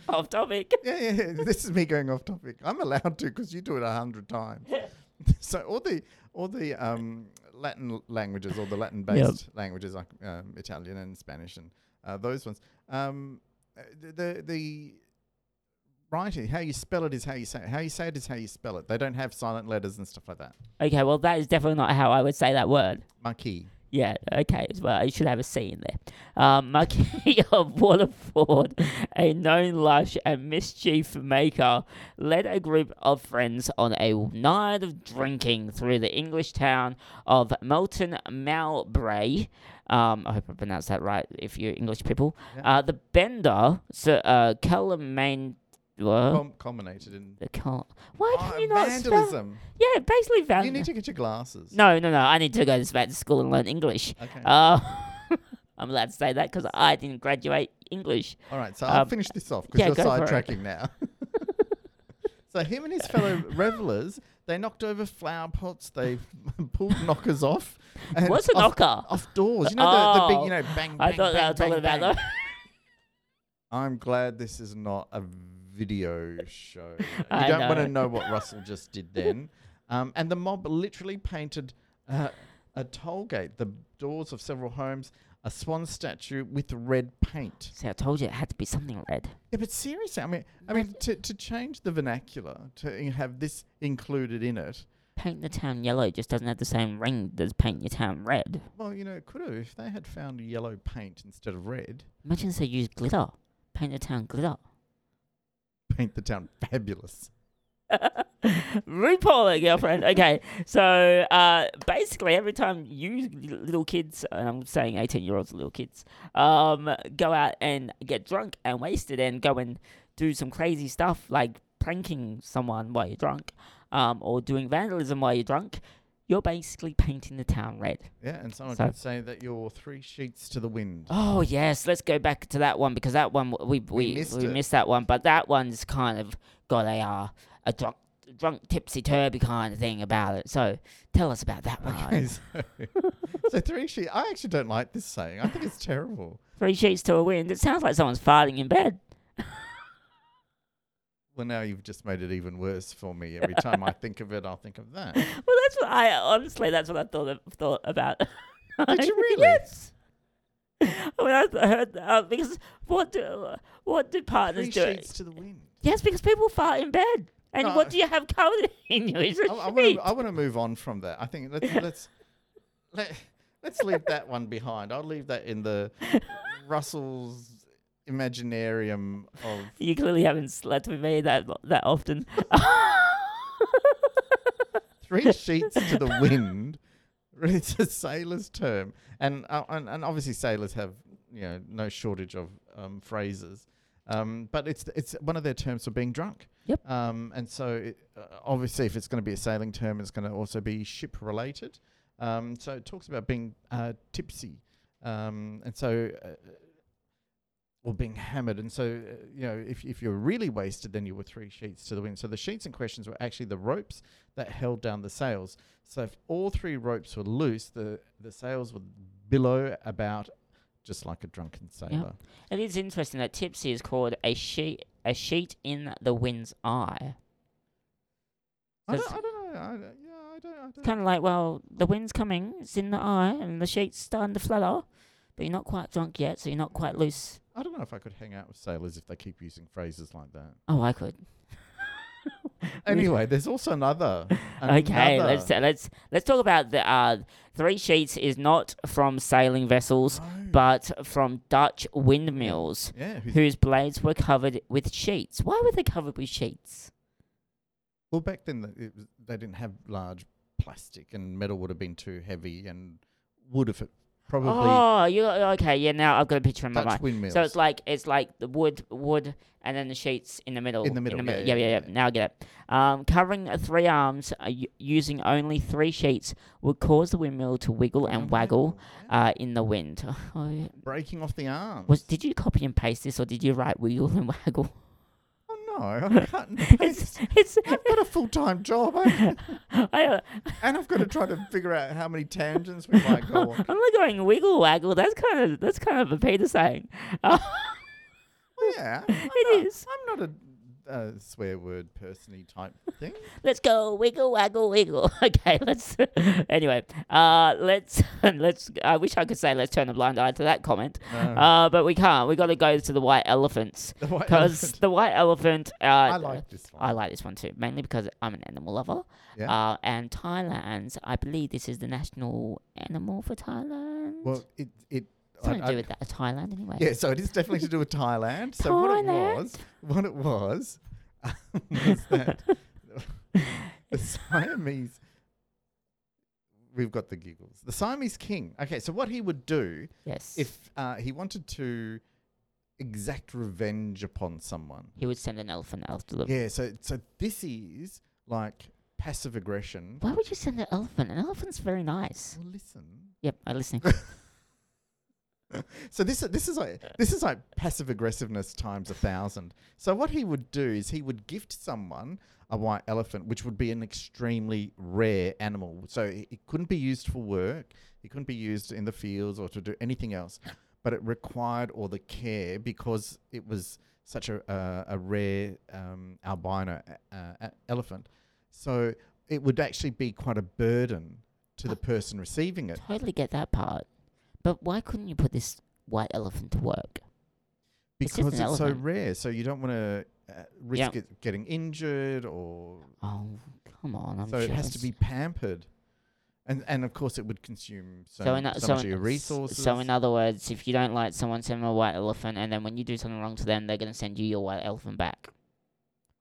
Speaker 1: off topic.
Speaker 2: yeah, yeah, yeah. This is me going off topic. I'm allowed to because you do it a hundred times. so all the all the um, Latin languages, all the Latin-based languages like um, Italian and Spanish and uh, those ones, um, uh, the, the the writing, how you spell it is how you say it. How you say it is how you spell it. They don't have silent letters and stuff like that.
Speaker 1: Okay, well, that is definitely not how I would say that word.
Speaker 2: Marquis.
Speaker 1: Yeah, okay, as well. You should have a C in there. Um, Marquis of Waterford, a known lush and mischief maker, led a group of friends on a night of drinking through the English town of Melton Mowbray. Um, I hope I pronounced that right if you're English people.
Speaker 2: Yeah.
Speaker 1: Uh, the bender, Sir uh, Calamain. Well,
Speaker 2: Com- culminated in
Speaker 1: the Cal- Why can
Speaker 2: Oh,
Speaker 1: you not spell?
Speaker 2: vandalism.
Speaker 1: Yeah, basically vandalism.
Speaker 2: You need to get your glasses.
Speaker 1: No, no, no. I need to go back to school and learn English.
Speaker 2: Okay.
Speaker 1: Uh, I'm allowed to say that because I didn't graduate English.
Speaker 2: All right, so I'll
Speaker 1: um,
Speaker 2: finish this off because
Speaker 1: yeah,
Speaker 2: you're
Speaker 1: go for it.
Speaker 2: sidetracking now. so him and his fellow revelers, they knocked over flower pots, they pulled knockers off. And
Speaker 1: What's a
Speaker 2: off-
Speaker 1: knocker?
Speaker 2: Off doors. You know the, the big,
Speaker 1: Oh,
Speaker 2: you know, bang, bang,
Speaker 1: I thought they
Speaker 2: bang,
Speaker 1: were talking
Speaker 2: bang,
Speaker 1: about
Speaker 2: bang.
Speaker 1: the-
Speaker 2: I'm glad this is not a video show. You
Speaker 1: I
Speaker 2: don't want to
Speaker 1: know.
Speaker 2: know what Russell just did then. Um, and the mob literally painted uh, a toll gate, the doors of several homes, a swan statue with red paint.
Speaker 1: See, I told you it had to be something red.
Speaker 2: Yeah, but seriously, I mean, I mean, to, to change the vernacular to have this included in it.
Speaker 1: Paint the town yellow just doesn't have the same ring as paint your town red.
Speaker 2: Well, you know, it could have if they had found yellow paint instead of red.
Speaker 1: Imagine if they used glitter. Paint the town glitter.
Speaker 2: Paint the town fabulous.
Speaker 1: RuPaul, it, girlfriend. Okay, so uh, basically, every time you little kids, and I'm saying 18 year olds, little kids, um, go out and get drunk and wasted and go and do some crazy stuff like pranking someone while you're drunk um, or doing vandalism while you're drunk, you're basically painting the town red.
Speaker 2: Yeah, and someone
Speaker 1: So-
Speaker 2: could say that you're three sheets to the wind.
Speaker 1: Oh yes, let's go back to that one because that one w- we we, we, missed,
Speaker 2: missed it.
Speaker 1: that one, but that one's kind of got a uh, a drunk drunk tipsy turvy kind of thing about it. So tell us about that one.
Speaker 2: Okay, so, so three sheets. I actually don't like this saying. I think it's terrible.
Speaker 1: Three sheets to a wind. It sounds like someone's farting in bed.
Speaker 2: Well, now you've just made it even worse for me. Every time I think of it, I'll think of that.
Speaker 1: Well, that's what I honestly that's what I thought of, thought about.
Speaker 2: Did you really?
Speaker 1: yes. When I th- heard that, uh, because what do what do partners
Speaker 2: Three
Speaker 1: do?
Speaker 2: sheets to the wind.
Speaker 1: Yes, because people fart in bed. And
Speaker 2: No,
Speaker 1: what
Speaker 2: I-
Speaker 1: do you have covered in you? It's a
Speaker 2: I, I want
Speaker 1: sheet.
Speaker 2: to. I want to move on from that. I think let's let's let, let's leave that one behind. I'll leave that in the Russell's imaginarium of.
Speaker 1: You clearly haven't slept with me that that often.
Speaker 2: three sheets to the wind. It's a sailor's term, and uh, and, and obviously sailors have you know no shortage of um, phrases, um, but it's it's one of their terms for being drunk.
Speaker 1: Yep.
Speaker 2: Um, and so it, uh, obviously, if it's going to be a sailing term, it's going to also be ship related. Um, so it talks about being uh, tipsy, um, and so. Uh, or being hammered, and so uh, you know, if if you're really wasted, then you were three sheets to the wind. So the sheets in questions were actually the ropes that held down the sails. So if all three ropes were loose, the, the sails would billow about just like a drunken sailor.
Speaker 1: it is interesting that tipsy is called a sheet a sheet in the wind's eye.
Speaker 2: I,
Speaker 1: Does-
Speaker 2: don't, I don't know. I don't, yeah, I don't, I don't.
Speaker 1: Kind of like, well, the wind's coming, it's in the eye, and the sheet's starting to flutter, but you're not quite drunk yet, so you're not quite loose.
Speaker 2: I don't know if I could hang out with sailors if they keep using phrases like that.
Speaker 1: Oh, I could.
Speaker 2: Anyway, there's also another.
Speaker 1: Okay, let's
Speaker 2: another-
Speaker 1: let's let's talk about the uh, three sheets is not from sailing vessels,
Speaker 2: No.
Speaker 1: but from Dutch windmills.
Speaker 2: yeah, who's,
Speaker 1: whose blades were covered with sheets. Why were they covered with sheets?
Speaker 2: well, back then the, it was, they didn't have large plastic, and metal would have been too heavy, and wood if it probably
Speaker 1: Oh, you okay? Yeah, now I've got a picture in my
Speaker 2: touched
Speaker 1: mind.
Speaker 2: windmills.
Speaker 1: So it's like it's like the wood, wood, and then the sheets in the middle.
Speaker 2: In the middle,
Speaker 1: Yeah,
Speaker 2: yeah,
Speaker 1: yeah,
Speaker 2: yeah,
Speaker 1: yeah.
Speaker 2: yeah.
Speaker 1: Now I get it. Um, covering uh, three arms uh, u- using only three sheets would cause the windmill to wiggle
Speaker 2: Oh.
Speaker 1: and waggle
Speaker 2: yeah.
Speaker 1: uh, in the wind. Oh, yeah.
Speaker 2: breaking off the arms.
Speaker 1: Was did you copy and paste this, or did you write wiggle and waggle?
Speaker 2: Oh no, I can't.
Speaker 1: it's it's.
Speaker 2: I've got a full time job, I-
Speaker 1: I, uh,
Speaker 2: and I've got to try to figure out how many tangents we might go on.
Speaker 1: I'm not going wiggle waggle. That's kind of that's kind of a Peter saying. Uh,
Speaker 2: Well, yeah, I'm
Speaker 1: It
Speaker 2: not,
Speaker 1: is.
Speaker 2: I'm not a uh, swear word persony type thing.
Speaker 1: Let's go wiggle waggle wiggle. Okay, let's. anyway, uh, let's let's. I wish I could say let's turn a blind eye to that comment,
Speaker 2: No.
Speaker 1: uh, but we can't. We got to go to the white elephants
Speaker 2: The white
Speaker 1: because
Speaker 2: elephant.
Speaker 1: the white elephant. Uh,
Speaker 2: I like this one.
Speaker 1: I like this one too, mainly because I'm an animal lover.
Speaker 2: Yeah.
Speaker 1: Uh, and Thailand's, I believe this is the national animal for Thailand.
Speaker 2: well, it it I-
Speaker 1: Something to
Speaker 2: I-
Speaker 1: do with that, Thailand anyway.
Speaker 2: yeah. So it is definitely to do with Thailand. So what it
Speaker 1: Thailand.
Speaker 2: was, what it was, was that the Siamese. We've got the giggles. The Siamese king. Okay, so what he would do
Speaker 1: Yes.
Speaker 2: if uh, he wanted to exact revenge upon someone.
Speaker 1: he would send an elephant after them.
Speaker 2: Yeah, so so this is like passive aggression.
Speaker 1: Why would you send an elephant? An elephant's very nice.
Speaker 2: Well, listen.
Speaker 1: Yep, I'm listening.
Speaker 2: So this this is like this is like passive aggressiveness times a thousand. So what he would do is he would gift someone a white elephant, which would be an extremely rare animal. So it, it couldn't be used for work. It couldn't be used in the fields or to do anything else. But it required all the care because it was such a uh, a rare um, albino uh, uh, elephant. So it would actually be quite a burden to the person receiving it.
Speaker 1: totally get that part. But why couldn't you put this white elephant to work? It's just
Speaker 2: because it's,
Speaker 1: an
Speaker 2: so
Speaker 1: elephant.
Speaker 2: rare. So you don't want to uh, risk it getting injured, or
Speaker 1: Oh, come on. I'm
Speaker 2: so it has to
Speaker 1: jealous.
Speaker 2: be pampered, and and of course it would consume so,
Speaker 1: So, in,
Speaker 2: so,
Speaker 1: o-
Speaker 2: much of
Speaker 1: in-
Speaker 2: your
Speaker 1: s-
Speaker 2: resources.
Speaker 1: So, in other words, if you don't like someone, send them a white elephant, and then when you do something wrong to them, they're going to send you your white elephant back.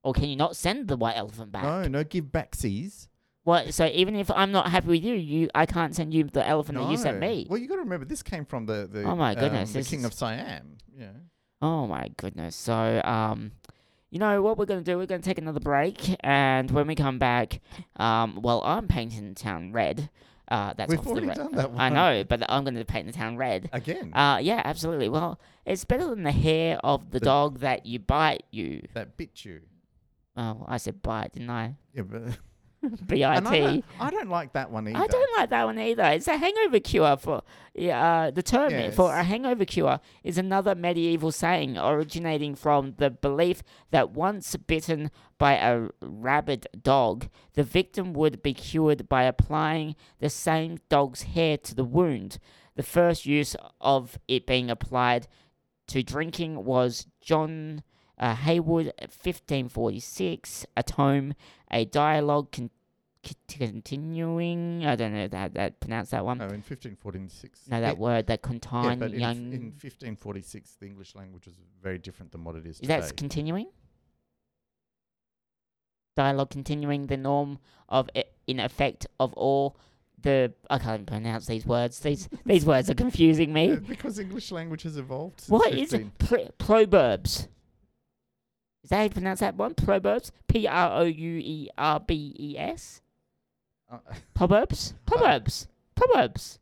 Speaker 1: Or can you not send the white elephant back?
Speaker 2: no, no give backsies.
Speaker 1: What? So even if I'm not happy with you, you I can't send you the elephant that you sent
Speaker 2: No.
Speaker 1: me.
Speaker 2: Well, you got to remember this came from the, the
Speaker 1: Oh my goodness,
Speaker 2: um, the
Speaker 1: this
Speaker 2: king
Speaker 1: is-
Speaker 2: of Siam. Yeah,
Speaker 1: Oh my goodness. So, um, you know what we're going to do? We're going to take another break, and when we come back, um, well, I'm painting the town red. Uh, that's
Speaker 2: We've
Speaker 1: off
Speaker 2: already
Speaker 1: the red.
Speaker 2: done that
Speaker 1: I
Speaker 2: one.
Speaker 1: know, but I'm going to paint the town red.
Speaker 2: again
Speaker 1: Uh, yeah, absolutely. Well, it's better than the hair of the
Speaker 2: The-
Speaker 1: dog that you bite you.
Speaker 2: that bit you.
Speaker 1: Oh, I said bite, didn't I?
Speaker 2: Yeah, but
Speaker 1: B I
Speaker 2: and I,
Speaker 1: T.
Speaker 2: don't, I don't like that one either.
Speaker 1: I don't like that one either. It's a hangover cure for yeah, uh, the term for a
Speaker 2: Yes.
Speaker 1: hangover cure is another medieval saying originating from the belief that once bitten by a rabid dog, the victim would be cured by applying the same dog's hair to the wound. The first use of it being applied to drinking was John uh, Haywood, 1546, a tome, a dialogue con- c- continuing. I don't know that that pronounce that one.
Speaker 2: No, in 1546.
Speaker 1: no, that
Speaker 2: Oh, Yeah,
Speaker 1: word that
Speaker 2: yeah,
Speaker 1: contain
Speaker 2: but in,
Speaker 1: young.
Speaker 2: in 1546, the English language was very different than what it is
Speaker 1: is
Speaker 2: today.
Speaker 1: that continuing? Dialogue continuing the norm of i- in effect of all the I can't pronounce these words. These these words are confusing
Speaker 2: Yeah,
Speaker 1: me.
Speaker 2: because English language has evolved. Since
Speaker 1: Eh? What is
Speaker 2: 15.
Speaker 1: it? Pro- proverbs. Is that how you pronounce that one? Proverbs. P R O U E R B E S.
Speaker 2: Uh,
Speaker 1: Proverbs. Proverbs. Proverbs.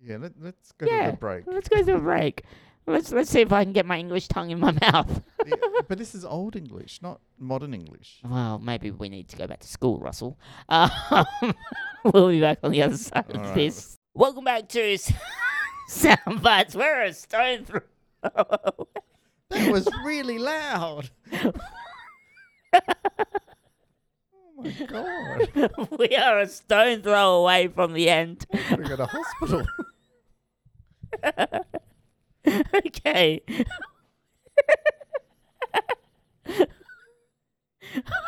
Speaker 2: yeah, let, let's go to
Speaker 1: Yeah.
Speaker 2: the break.
Speaker 1: Let's go to a break. Let's let's see if I can get my English tongue in my mouth.
Speaker 2: Yeah, uh, but this is old English, not modern English.
Speaker 1: Well, maybe we need to go back to school, Russell. Um, we'll be back on the other side
Speaker 2: All
Speaker 1: of
Speaker 2: right.
Speaker 1: this. Welcome back to S- Sound Bites. We're a stone throw.
Speaker 2: That was really loud. oh my god!
Speaker 1: we are a stone throw away from the end.
Speaker 2: We're gonna go to hospital.
Speaker 1: okay.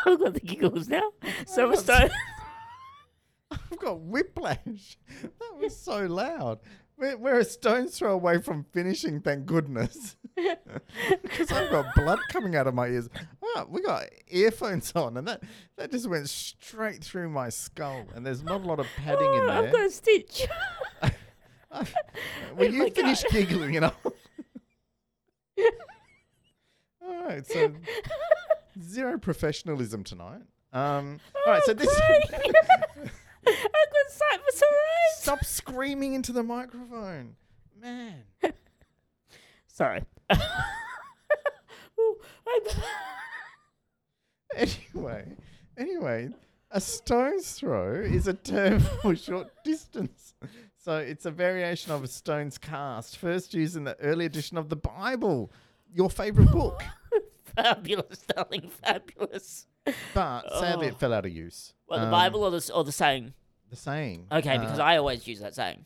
Speaker 1: I've got the giggles now. So we're
Speaker 2: Oh,
Speaker 1: stone.
Speaker 2: got I've got whiplash. That was so loud. We're, we're a stone's throw away from finishing, thank goodness. Because I've got blood coming out of my ears. Oh, we got earphones on, and that, that just went straight through my skull. And there's not a lot of padding in
Speaker 1: Oh, I've got
Speaker 2: there.
Speaker 1: a stitch.
Speaker 2: When
Speaker 1: my
Speaker 2: you
Speaker 1: God.
Speaker 2: finish giggling, you know. all right, so zero professionalism tonight. Um, all right, so
Speaker 1: I'm
Speaker 2: this.
Speaker 1: crying. I've got sight for sore eyes.
Speaker 2: Stop screaming into the microphone. Man.
Speaker 1: Sorry. Ooh, I-
Speaker 2: Anyway, anyway, a stone's throw is a term for short distance. So it's a variation of a stone's cast, first used in the early edition of the Bible, your favorite book.
Speaker 1: fabulous, darling, fabulous.
Speaker 2: But sadly,
Speaker 1: Oh.
Speaker 2: it fell out of use.
Speaker 1: Well, the
Speaker 2: Um,
Speaker 1: Bible or the s- or the saying.
Speaker 2: The saying. Uh,
Speaker 1: Okay, because I always use that saying.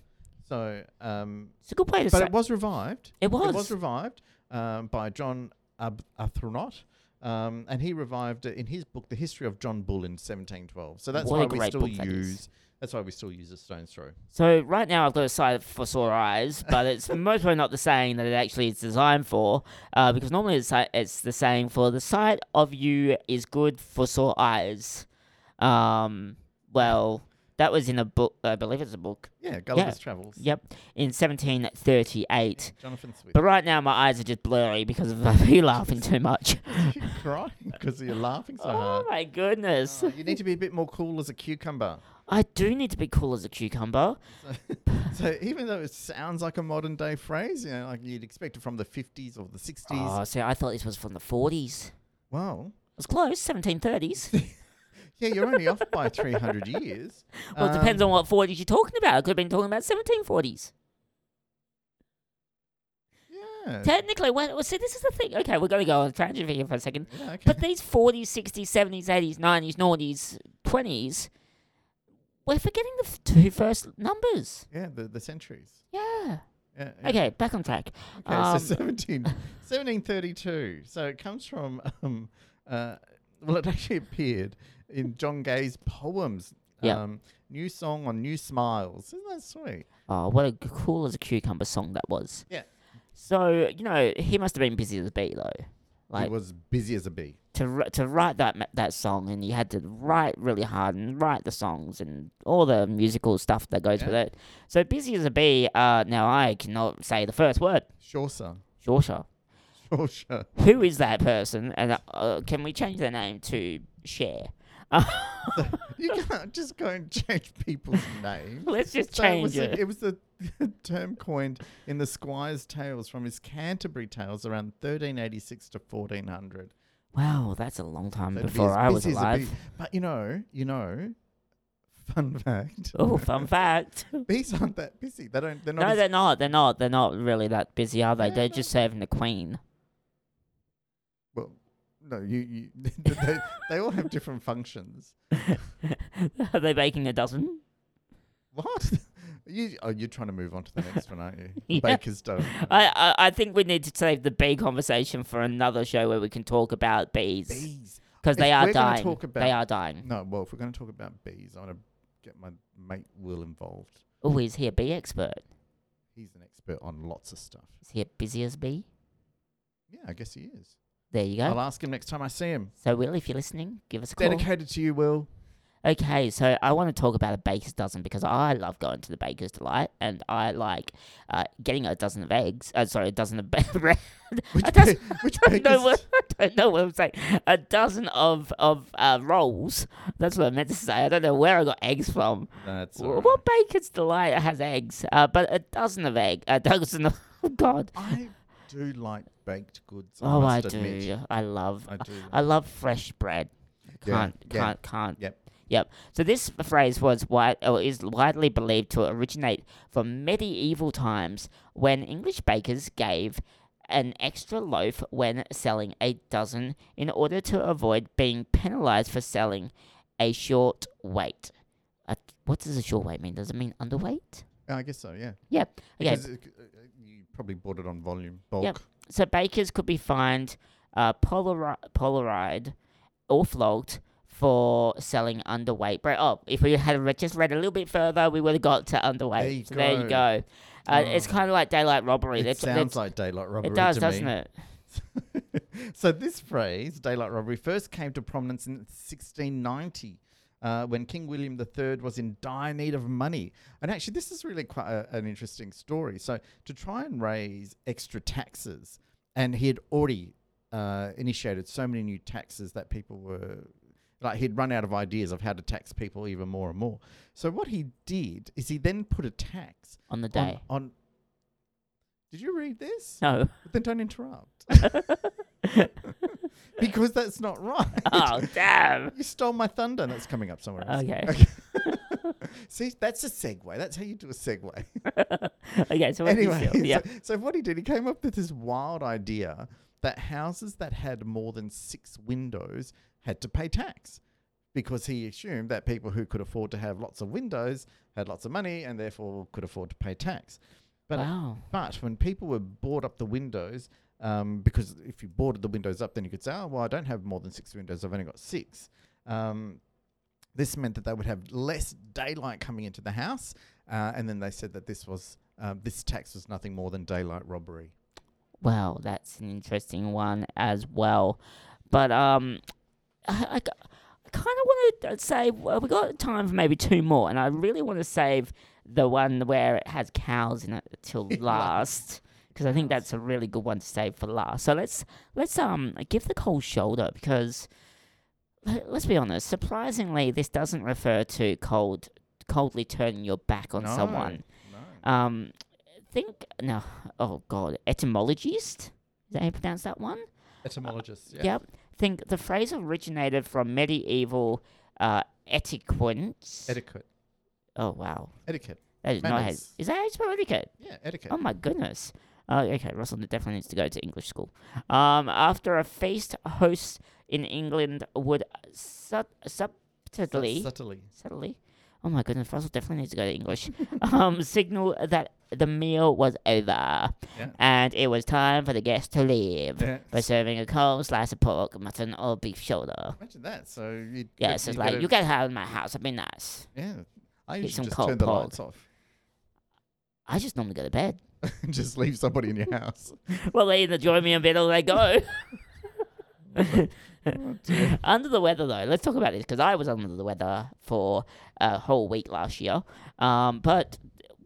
Speaker 2: So, um,
Speaker 1: It's a good way to
Speaker 2: but
Speaker 1: say.
Speaker 2: it was revived.
Speaker 1: It was.
Speaker 2: It was revived um, by John Ab- Arthronaut. Um, and he revived it in his book, The History of John Bull in 1712. So that's
Speaker 1: What a
Speaker 2: why we
Speaker 1: great
Speaker 2: still
Speaker 1: book that is.
Speaker 2: use. That's why we still use a stone's throw.
Speaker 1: So right now I've got a side for sore eyes, but it's most probably not the saying that it actually is designed for, uh, because normally it's, si- it's the saying for the sight of you is good for sore eyes. Um, well, that was in a book, I believe it's a book.
Speaker 2: Yeah, Gulliver's Travels.
Speaker 1: Yep, in 1738.
Speaker 2: Jonathan Swift.
Speaker 1: But right now my eyes are just blurry because of you laughing too much.
Speaker 2: You're crying because you're laughing so
Speaker 1: Oh
Speaker 2: hard.
Speaker 1: my goodness!
Speaker 2: Oh, you need to be a bit more cool as a cucumber.
Speaker 1: I do need to be cool as a cucumber.
Speaker 2: So even though it sounds like a modern day phrase, you know, like you'd expect it from the 50s or the 60s.
Speaker 1: Oh, see, I thought this was from the 40s.
Speaker 2: Well,
Speaker 1: It's close, 1730s.
Speaker 2: yeah, you're only off by 300 years.
Speaker 1: Well, it
Speaker 2: Um,
Speaker 1: depends on what 40s you're talking about. I could have been talking about 1740s.
Speaker 2: Yeah.
Speaker 1: Technically, well, well, see, this is the thing. Okay, we're going to go on a tangent here for a second.
Speaker 2: yeah okay.
Speaker 1: But these 40s, 60s, 70s, 80s, 90s, 90s, 20s, we're forgetting the f- two first numbers.
Speaker 2: yeah, the, the centuries.
Speaker 1: Yeah.
Speaker 2: Yeah, yeah.
Speaker 1: Okay, back on track.
Speaker 2: Okay,
Speaker 1: Um,
Speaker 2: so 17, 1732. So it comes from, um, uh, well, it actually appeared in John Gay's poems.
Speaker 1: Yeah.
Speaker 2: Um, new song on new smiles. Isn't that sweet?
Speaker 1: Oh, what a g- cool as a cucumber song that was.
Speaker 2: Yeah.
Speaker 1: So, you know, he must have been busy as a bee, though.
Speaker 2: he
Speaker 1: Like,
Speaker 2: was busy as a bee.
Speaker 1: to wri- to write that ma- that song, and you had to write really hard and write the songs and all the musical stuff that goes
Speaker 2: Yeah.
Speaker 1: with it. So busy as a bee. Uh, now I cannot say the first word.
Speaker 2: Chaucer.
Speaker 1: Shorter.
Speaker 2: Chaucer.
Speaker 1: Who is that person? And uh, can we change their name to Share?
Speaker 2: You can't just go and change people's names.
Speaker 1: Let's just
Speaker 2: So it
Speaker 1: change
Speaker 2: was,
Speaker 1: it.
Speaker 2: a, it was a term coined in the Squire's Tales from his Canterbury Tales around 1386 to 1400.
Speaker 1: Wow, that's a long time
Speaker 2: That'd be
Speaker 1: Um, before
Speaker 2: as
Speaker 1: I was
Speaker 2: busy as a
Speaker 1: alive.
Speaker 2: bee. But you know, you know, fun fact,
Speaker 1: Oh, fun fact.
Speaker 2: bees aren't that busy. They don't. They're not.
Speaker 1: no,
Speaker 2: as-
Speaker 1: they're not. They're not. They're not really that busy, are they?
Speaker 2: Yeah,
Speaker 1: They're
Speaker 2: no.
Speaker 1: just serving the queen.
Speaker 2: well, no. You. you they, they- they all have different functions.
Speaker 1: Are they baking a dozen?
Speaker 2: What? You, oh, you're trying to move on to the next one, aren't you?
Speaker 1: Yeah.
Speaker 2: Baker's dozen.
Speaker 1: I, I I think we need to save the bee conversation for another show where we can talk about bees
Speaker 2: bees.
Speaker 1: because they
Speaker 2: If
Speaker 1: are
Speaker 2: we're gonna
Speaker 1: dying.
Speaker 2: talk
Speaker 1: they
Speaker 2: about-
Speaker 1: are dying.
Speaker 2: No. Well, if we're going to talk about bees, I want to get my mate Will involved.
Speaker 1: Oh, is he a bee expert?
Speaker 2: He's an expert on lots of stuff.
Speaker 1: Is he a busy as bee?
Speaker 2: Yeah, I guess he is.
Speaker 1: There you go.
Speaker 2: I'll ask him next time I see him.
Speaker 1: So Will, if you're listening, give us a call.
Speaker 2: Dedicated to you, Will.
Speaker 1: Okay, so I want to talk about a baker's dozen because I love going to the baker's delight and I like uh, getting a dozen of eggs. Uh, sorry, a dozen of bread.
Speaker 2: Which,
Speaker 1: I just-
Speaker 2: ba- which
Speaker 1: I don't know
Speaker 2: baker's-
Speaker 1: what I don't know what I'm saying. A dozen of of uh, rolls. That's what I meant to say. I don't know where I got eggs from.
Speaker 2: That's all
Speaker 1: Wh-
Speaker 2: right.
Speaker 1: What baker's delight has eggs? Uh, but a dozen of egg, a dozen of oh God.
Speaker 2: I do like baked goods.
Speaker 1: Oh, I,
Speaker 2: must
Speaker 1: do.
Speaker 2: admit.
Speaker 1: I love.
Speaker 2: I
Speaker 1: I,
Speaker 2: do.
Speaker 1: love fresh bread.
Speaker 2: Yeah,
Speaker 1: Can't,
Speaker 2: yeah,
Speaker 1: can't, can't.
Speaker 2: yep.
Speaker 1: Yep. So this phrase was wide, or is widely believed to originate from medieval times when English bakers gave an extra loaf when selling a dozen in order to avoid being penalized for selling a short weight. Uh, what does a short weight mean? Does it mean underweight?
Speaker 2: Yeah, I guess so. Yeah.
Speaker 1: Yeah. Okay.
Speaker 2: Because it- uh, uh, you probably bought it on volume bulk.
Speaker 1: Yep. So bakers could be fined, uh, polari- polarized, or flogged for selling underweight bread. Oh, if we had re- just read a little bit further, we would have got to underweight.
Speaker 2: There you
Speaker 1: so there you
Speaker 2: go.
Speaker 1: go. Uh, It's
Speaker 2: Oh.
Speaker 1: kind of like daylight robbery.
Speaker 2: It
Speaker 1: That's-
Speaker 2: sounds
Speaker 1: that's-
Speaker 2: like daylight robbery.
Speaker 1: it does,
Speaker 2: to
Speaker 1: doesn't
Speaker 2: me.
Speaker 1: it?
Speaker 2: So this phrase, daylight robbery, first came to prominence in 1690. Uh, when King William III was in dire need of money. And actually, this is really quite a, an interesting story. So, to try and raise extra taxes, and he had already uh, initiated so many new taxes that people were like, he'd run out of ideas of how to tax people even more and more. So, what he did is he then put a tax
Speaker 1: On the
Speaker 2: on-
Speaker 1: day.
Speaker 2: on did you read this?
Speaker 1: No.
Speaker 2: But then don't interrupt. because that's not right.
Speaker 1: Oh, damn.
Speaker 2: You stole my thunder. That's coming up somewhere else.
Speaker 1: Okay.
Speaker 2: See, that's a segue. That's how you do a segue.
Speaker 1: okay, so what do you
Speaker 2: anyway,
Speaker 1: feel? Yeah.
Speaker 2: so, so what he did, he came up with this wild idea that houses that had more than six windows had to pay tax because he assumed that people who could afford to have lots of windows had lots of money and therefore could afford to pay tax. But
Speaker 1: Wow.
Speaker 2: but when people were board up the windows, um, because if you boarded the windows up, then you could say, oh, well, I don't have more than six windows, I've only got six. Um, this meant that they would have less daylight coming into the house. Uh, and then they said that this was um, this tax was nothing more than daylight robbery.
Speaker 1: Wow, that's an interesting one as well. But um, I, I, ki- I kind of want to say well, we got time for maybe two more, and I really want to save the one where it has cows in it till last. Because I think that's a really good one to save for last. So let's let's um give the cold shoulder because le- let's be honest. Surprisingly, this doesn't refer to cold coldly turning your back on someone.
Speaker 2: No.
Speaker 1: Um, think no. Oh God, etymologist. Is that how you pronounce that one?
Speaker 2: Etymologists. Yeah.
Speaker 1: Yep. Think the phrase originated from medieval uh, etiquette.
Speaker 2: Etiquette.
Speaker 1: oh wow,
Speaker 2: Etiquette.
Speaker 1: that is not how,
Speaker 2: Manners.
Speaker 1: is that how you spell etiquette?
Speaker 2: Yeah, etiquette.
Speaker 1: Oh my goodness. Uh, okay, Russell definitely needs to go to English school. Um, after a feast, hosts in England would uh, sub- subtly
Speaker 2: Subtly.
Speaker 1: subtly. Oh my goodness, Russell definitely needs to go to English. um, signal that the meal was over
Speaker 2: Yeah.
Speaker 1: and it was time for the guests to leave
Speaker 2: Yeah.
Speaker 1: by serving a cold slice of pork, mutton, or beef shoulder.
Speaker 2: Imagine that. So you.
Speaker 1: Yeah, it's just like you get out of my house. It'd be nice.
Speaker 2: Yeah. I
Speaker 1: get some
Speaker 2: usually just
Speaker 1: cold
Speaker 2: turn the
Speaker 1: pork.
Speaker 2: lights off
Speaker 1: I just normally go to bed.
Speaker 2: and just leave somebody in your house.
Speaker 1: Well, they either join me in bed or they go.
Speaker 2: Oh,
Speaker 1: under the weather, though, let's talk about this because I was under the weather for a whole week last year. Um, but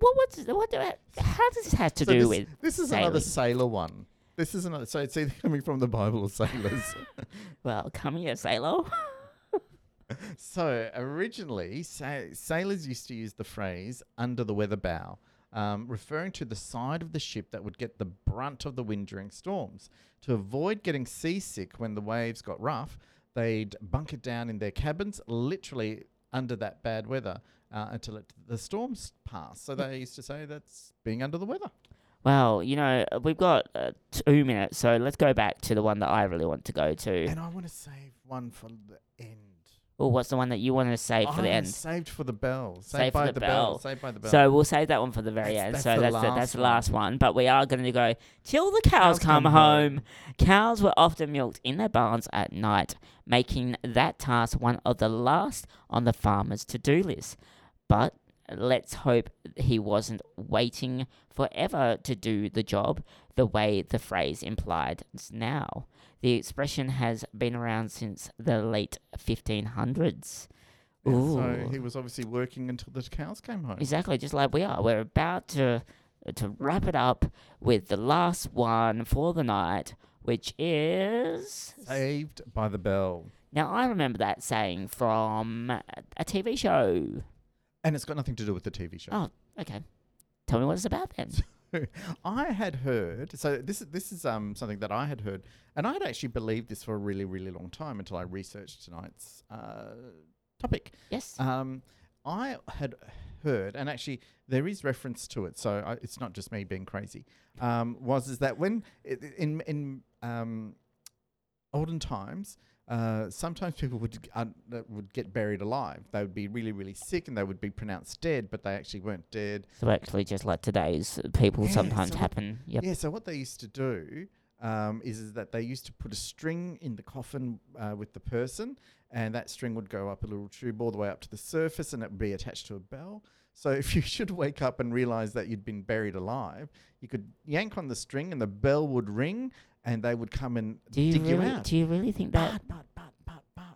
Speaker 1: what what's what? do I- How does this have to
Speaker 2: So
Speaker 1: do
Speaker 2: this,
Speaker 1: with?
Speaker 2: this is another sailor one. This is another. So it's either coming from the Bible or sailors.
Speaker 1: Well, come here, sailor.
Speaker 2: so originally, sa- sailors used to use the phrase "under the weather bow," um, referring to the side of the ship that would get the brunt of the wind during storms. To avoid getting seasick when the waves got rough, they'd bunker down in their cabins, literally under that bad weather, uh, until it, the storms passed.
Speaker 1: Hmm.
Speaker 2: So they used to say that's being under the weather.
Speaker 1: Well, you know, uh, we've got uh, two minutes, so let's go back to the one that I really want to go to.
Speaker 2: And I want to save one for the end.
Speaker 1: Oh, what's the one that you want to save for the
Speaker 2: Ah,
Speaker 1: end?
Speaker 2: Saved for the bell. Saved,
Speaker 1: Saved for
Speaker 2: by
Speaker 1: the
Speaker 2: the, bell.
Speaker 1: bell.
Speaker 2: Saved by the bell.
Speaker 1: So we'll save that one for the very
Speaker 2: That's-
Speaker 1: end.
Speaker 2: that's
Speaker 1: so
Speaker 2: the
Speaker 1: that's the, that's
Speaker 2: last
Speaker 1: the last one. But we are going to go till the cows, come, home. Cows were often milked in their barns at night, making that task one of the last on the farmer's to-do list. But let's hope he wasn't waiting forever to do the job the way the phrase implied is now. The expression has been around since the late 1500s.
Speaker 2: Yeah, so
Speaker 1: Ooh.
Speaker 2: he was obviously working until the cows came home.
Speaker 1: Exactly, just like we are. We're about to uh, to wrap it up with the last one for the night, which is
Speaker 2: Saved by the bell.
Speaker 1: now I remember that saying from a TV show.
Speaker 2: And it's got nothing to do with the TV show.
Speaker 1: Oh. Okay, tell me what it's about then.
Speaker 2: I had heard. So this is this is um something that I had heard, and I had actually believed this for a really really long time until I researched tonight's uh, topic.
Speaker 1: Yes.
Speaker 2: Um, I had heard, and actually there is reference to it, so I, it's not just me being crazy. Um, was is that when i- i- in in um, olden times, uh, sometimes people would g- uh, that would get buried alive. They would be really really sick, and they would be pronounced dead, but they actually weren't dead.
Speaker 1: so actually, just like today's people
Speaker 2: Yeah,
Speaker 1: sometimes
Speaker 2: so what-
Speaker 1: happen. Yep.
Speaker 2: Yeah. So what they used to do um, is, is that they used to put a string in the coffin uh, with the person, and that string would go up a little tube all the way up to the surface, and it would be attached to a bell. So if you should wake up and realize that you'd been buried alive, you could yank on the string, and the bell would ring, and they would come and
Speaker 1: Do you
Speaker 2: dig
Speaker 1: really?
Speaker 2: you out.
Speaker 1: do you really think that?
Speaker 2: but but but but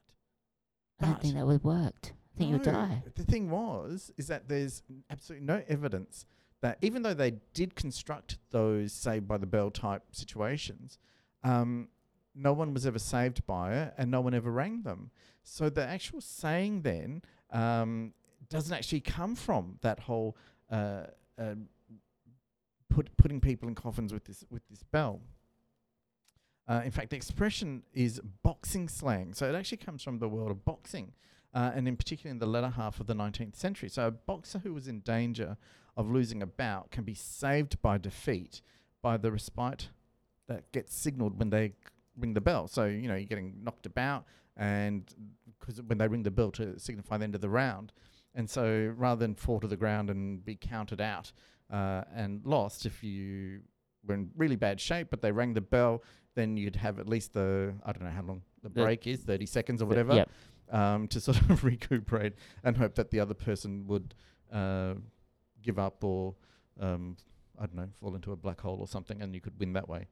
Speaker 2: but.
Speaker 1: I don't think
Speaker 2: but-
Speaker 1: that would worked. I think you would
Speaker 2: no,
Speaker 1: die.
Speaker 2: The thing was is that there's absolutely no evidence that even though they did construct those saved by the bell type situations, um, no one was ever saved by it and no one ever rang them. So the actual saying then um, doesn't actually come from that whole uh, uh, put putting people in coffins with this with this bell. Uh, in fact, the expression is boxing slang, so it actually comes from the world of boxing. uh, and in particular in the latter half of the 19th century. So a boxer who was in danger of losing a bout can be saved by defeat by the respite that gets signaled when they c- ring the bell. So, you know, you're getting knocked about, and because when they ring the bell to signify the end of the round. And so rather than fall to the ground and be counted out uh, and lost, if you were in really bad shape, but they rang the bell, then you'd have at least the, I don't know how long the
Speaker 1: The-
Speaker 2: break is, 30 seconds or whatever
Speaker 1: Yep.
Speaker 2: um, to sort of recuperate and hope that the other person would uh, give up or um, I don't know, fall into a black hole or something, and you could win that way.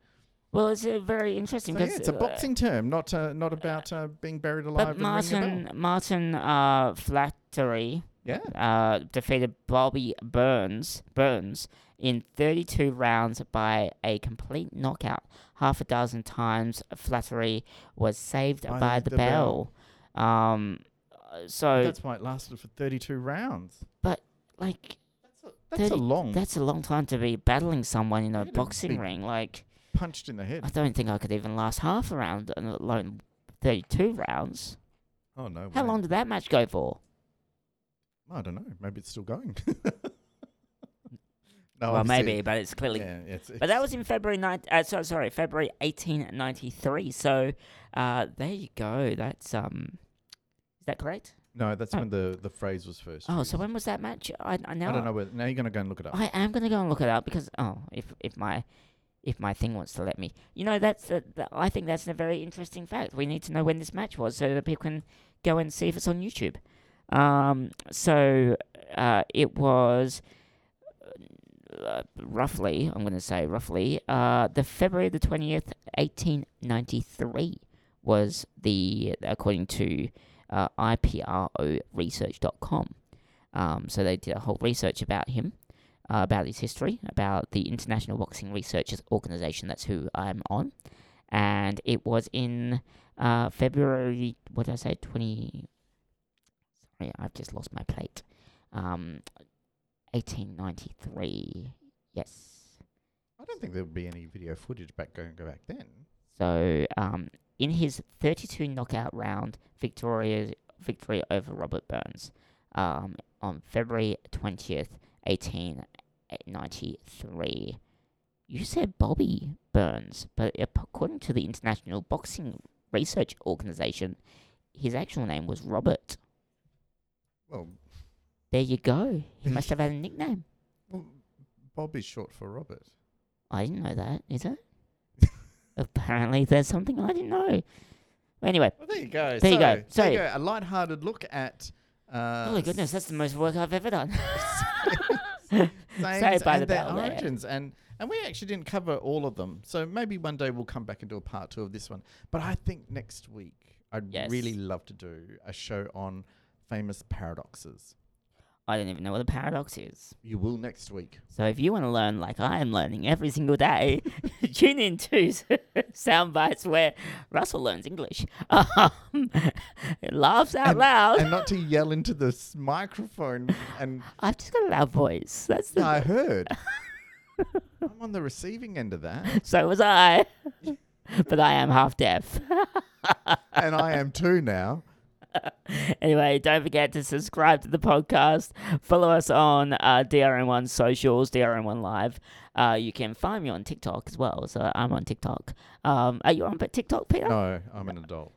Speaker 1: Well, it's uh, very
Speaker 2: So
Speaker 1: interesting
Speaker 2: yeah,
Speaker 1: because
Speaker 2: it's a boxing term, not uh, not about uh, being buried alive.
Speaker 1: But
Speaker 2: and ringing a
Speaker 1: Martin Martin uh, Flattery
Speaker 2: bell. yeah,
Speaker 1: uh, defeated Bobby Burns Burns in 32 rounds by a complete knockout. Half a dozen times, Flattery was saved by,
Speaker 2: By
Speaker 1: the,
Speaker 2: the
Speaker 1: bell.
Speaker 2: bell.
Speaker 1: Um, uh, so,
Speaker 2: that's why it lasted for thirty-two rounds.
Speaker 1: like,
Speaker 2: That's
Speaker 1: 30
Speaker 2: a long
Speaker 1: that's a long time to be battling someone in a
Speaker 2: You'd
Speaker 1: boxing
Speaker 2: be-
Speaker 1: ring. Like,
Speaker 2: punched in the head.
Speaker 1: I don't think I could even last half a round, and let alone 32 rounds.
Speaker 2: Oh no!
Speaker 1: How
Speaker 2: way.
Speaker 1: long did that match go for?
Speaker 2: I don't know. Maybe it's still going. no,
Speaker 1: well,
Speaker 2: obviously-
Speaker 1: maybe, but it's clearly
Speaker 2: Oh, Yeah, it's,
Speaker 1: But that
Speaker 2: it's-
Speaker 1: was in February 9, uh, so, sorry, February 1893. So uh, there you go. That's um is that correct?
Speaker 2: no. That's
Speaker 1: oh.
Speaker 2: when the the phrase was first.
Speaker 1: Oh, so
Speaker 2: used.
Speaker 1: when was that match? I, I know.
Speaker 2: I don't know. Whether, now you're gonna go and look it up.
Speaker 1: I am going to go and look it up because oh, if if my if my thing wants to let me. You know, that's the, the, I think that's a very interesting fact. We need to know when this match was so that people can go and see if it's on YouTube. Um, so uh, it was uh, roughly, I'm going to say roughly, uh, the February the 20th, 1893 was the, according to uh, IPROresearch.com. Um, so they did a whole research about him uh, about his history, about the International Boxing Researchers Organization. That's who I'm on. And it was in uh, February, what did I say, 20. Sorry, I've just lost my plate. Um, 1893. Yes.
Speaker 2: I don't think there would be any video footage back going go back then.
Speaker 1: So, um, in his 32 knockout round, Victoria's victory over Robert Burns um, on February 20th, 1893. You said Bobby Burns, but ap- according to the International Boxing Research Organization, his actual name was Robert.
Speaker 2: Well,
Speaker 1: There you go. He must have had a nickname.
Speaker 2: well Bob is short for Robert.
Speaker 1: I didn't know that, is it? Apparently, there's something I didn't know. Anyway,
Speaker 2: Well, there you go.
Speaker 1: There you
Speaker 2: so,
Speaker 1: go.
Speaker 2: There you go. A light-hearted look at. Uh,
Speaker 1: oh my goodness, that's the most work I've ever done.
Speaker 2: sayings
Speaker 1: Saved by
Speaker 2: and
Speaker 1: the
Speaker 2: their
Speaker 1: Bell there.
Speaker 2: origins, and and we actually didn't cover all of them. So maybe one day we'll come back and do a part two of this one. But I think next week I'd
Speaker 1: Yes.
Speaker 2: really love to do a show on famous paradoxes.
Speaker 1: I don't even know what a paradox is.
Speaker 2: You will next week.
Speaker 1: So if you want to learn like I am learning every single day, tune in to Soundbites where Russell learns English. Um, laughs out loud.
Speaker 2: and not to yell into this microphone and
Speaker 1: I've just got a loud voice. That's the,
Speaker 2: Yeah, I heard. I'm on the receiving end of that,
Speaker 1: so was I. but I am half deaf.
Speaker 2: and I am too now.
Speaker 1: Anyway, don't forget to subscribe to the podcast. Follow us on uh, DRM1 socials, DRM1 Live. Uh, you can find me on TikTok as well. So I'm on TikTok. Um, are you on TikTok, Peter?
Speaker 2: No, I'm an adult.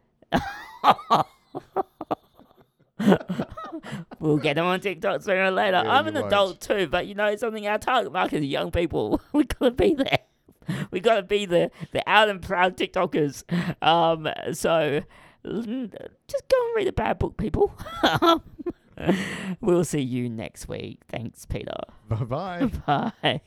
Speaker 1: We'll get them on TikTok sooner or later.
Speaker 2: Yeah,
Speaker 1: I'm
Speaker 2: you
Speaker 1: an
Speaker 2: won't.
Speaker 1: adult too, but you know something. Our target market is young people. We gotta be there. We gotta be the the out and proud TikTokers. Um, so mm, just go and read a bad book, people. Um, we'll see you next week. Thanks, Peter.
Speaker 2: Bye bye.
Speaker 1: Bye.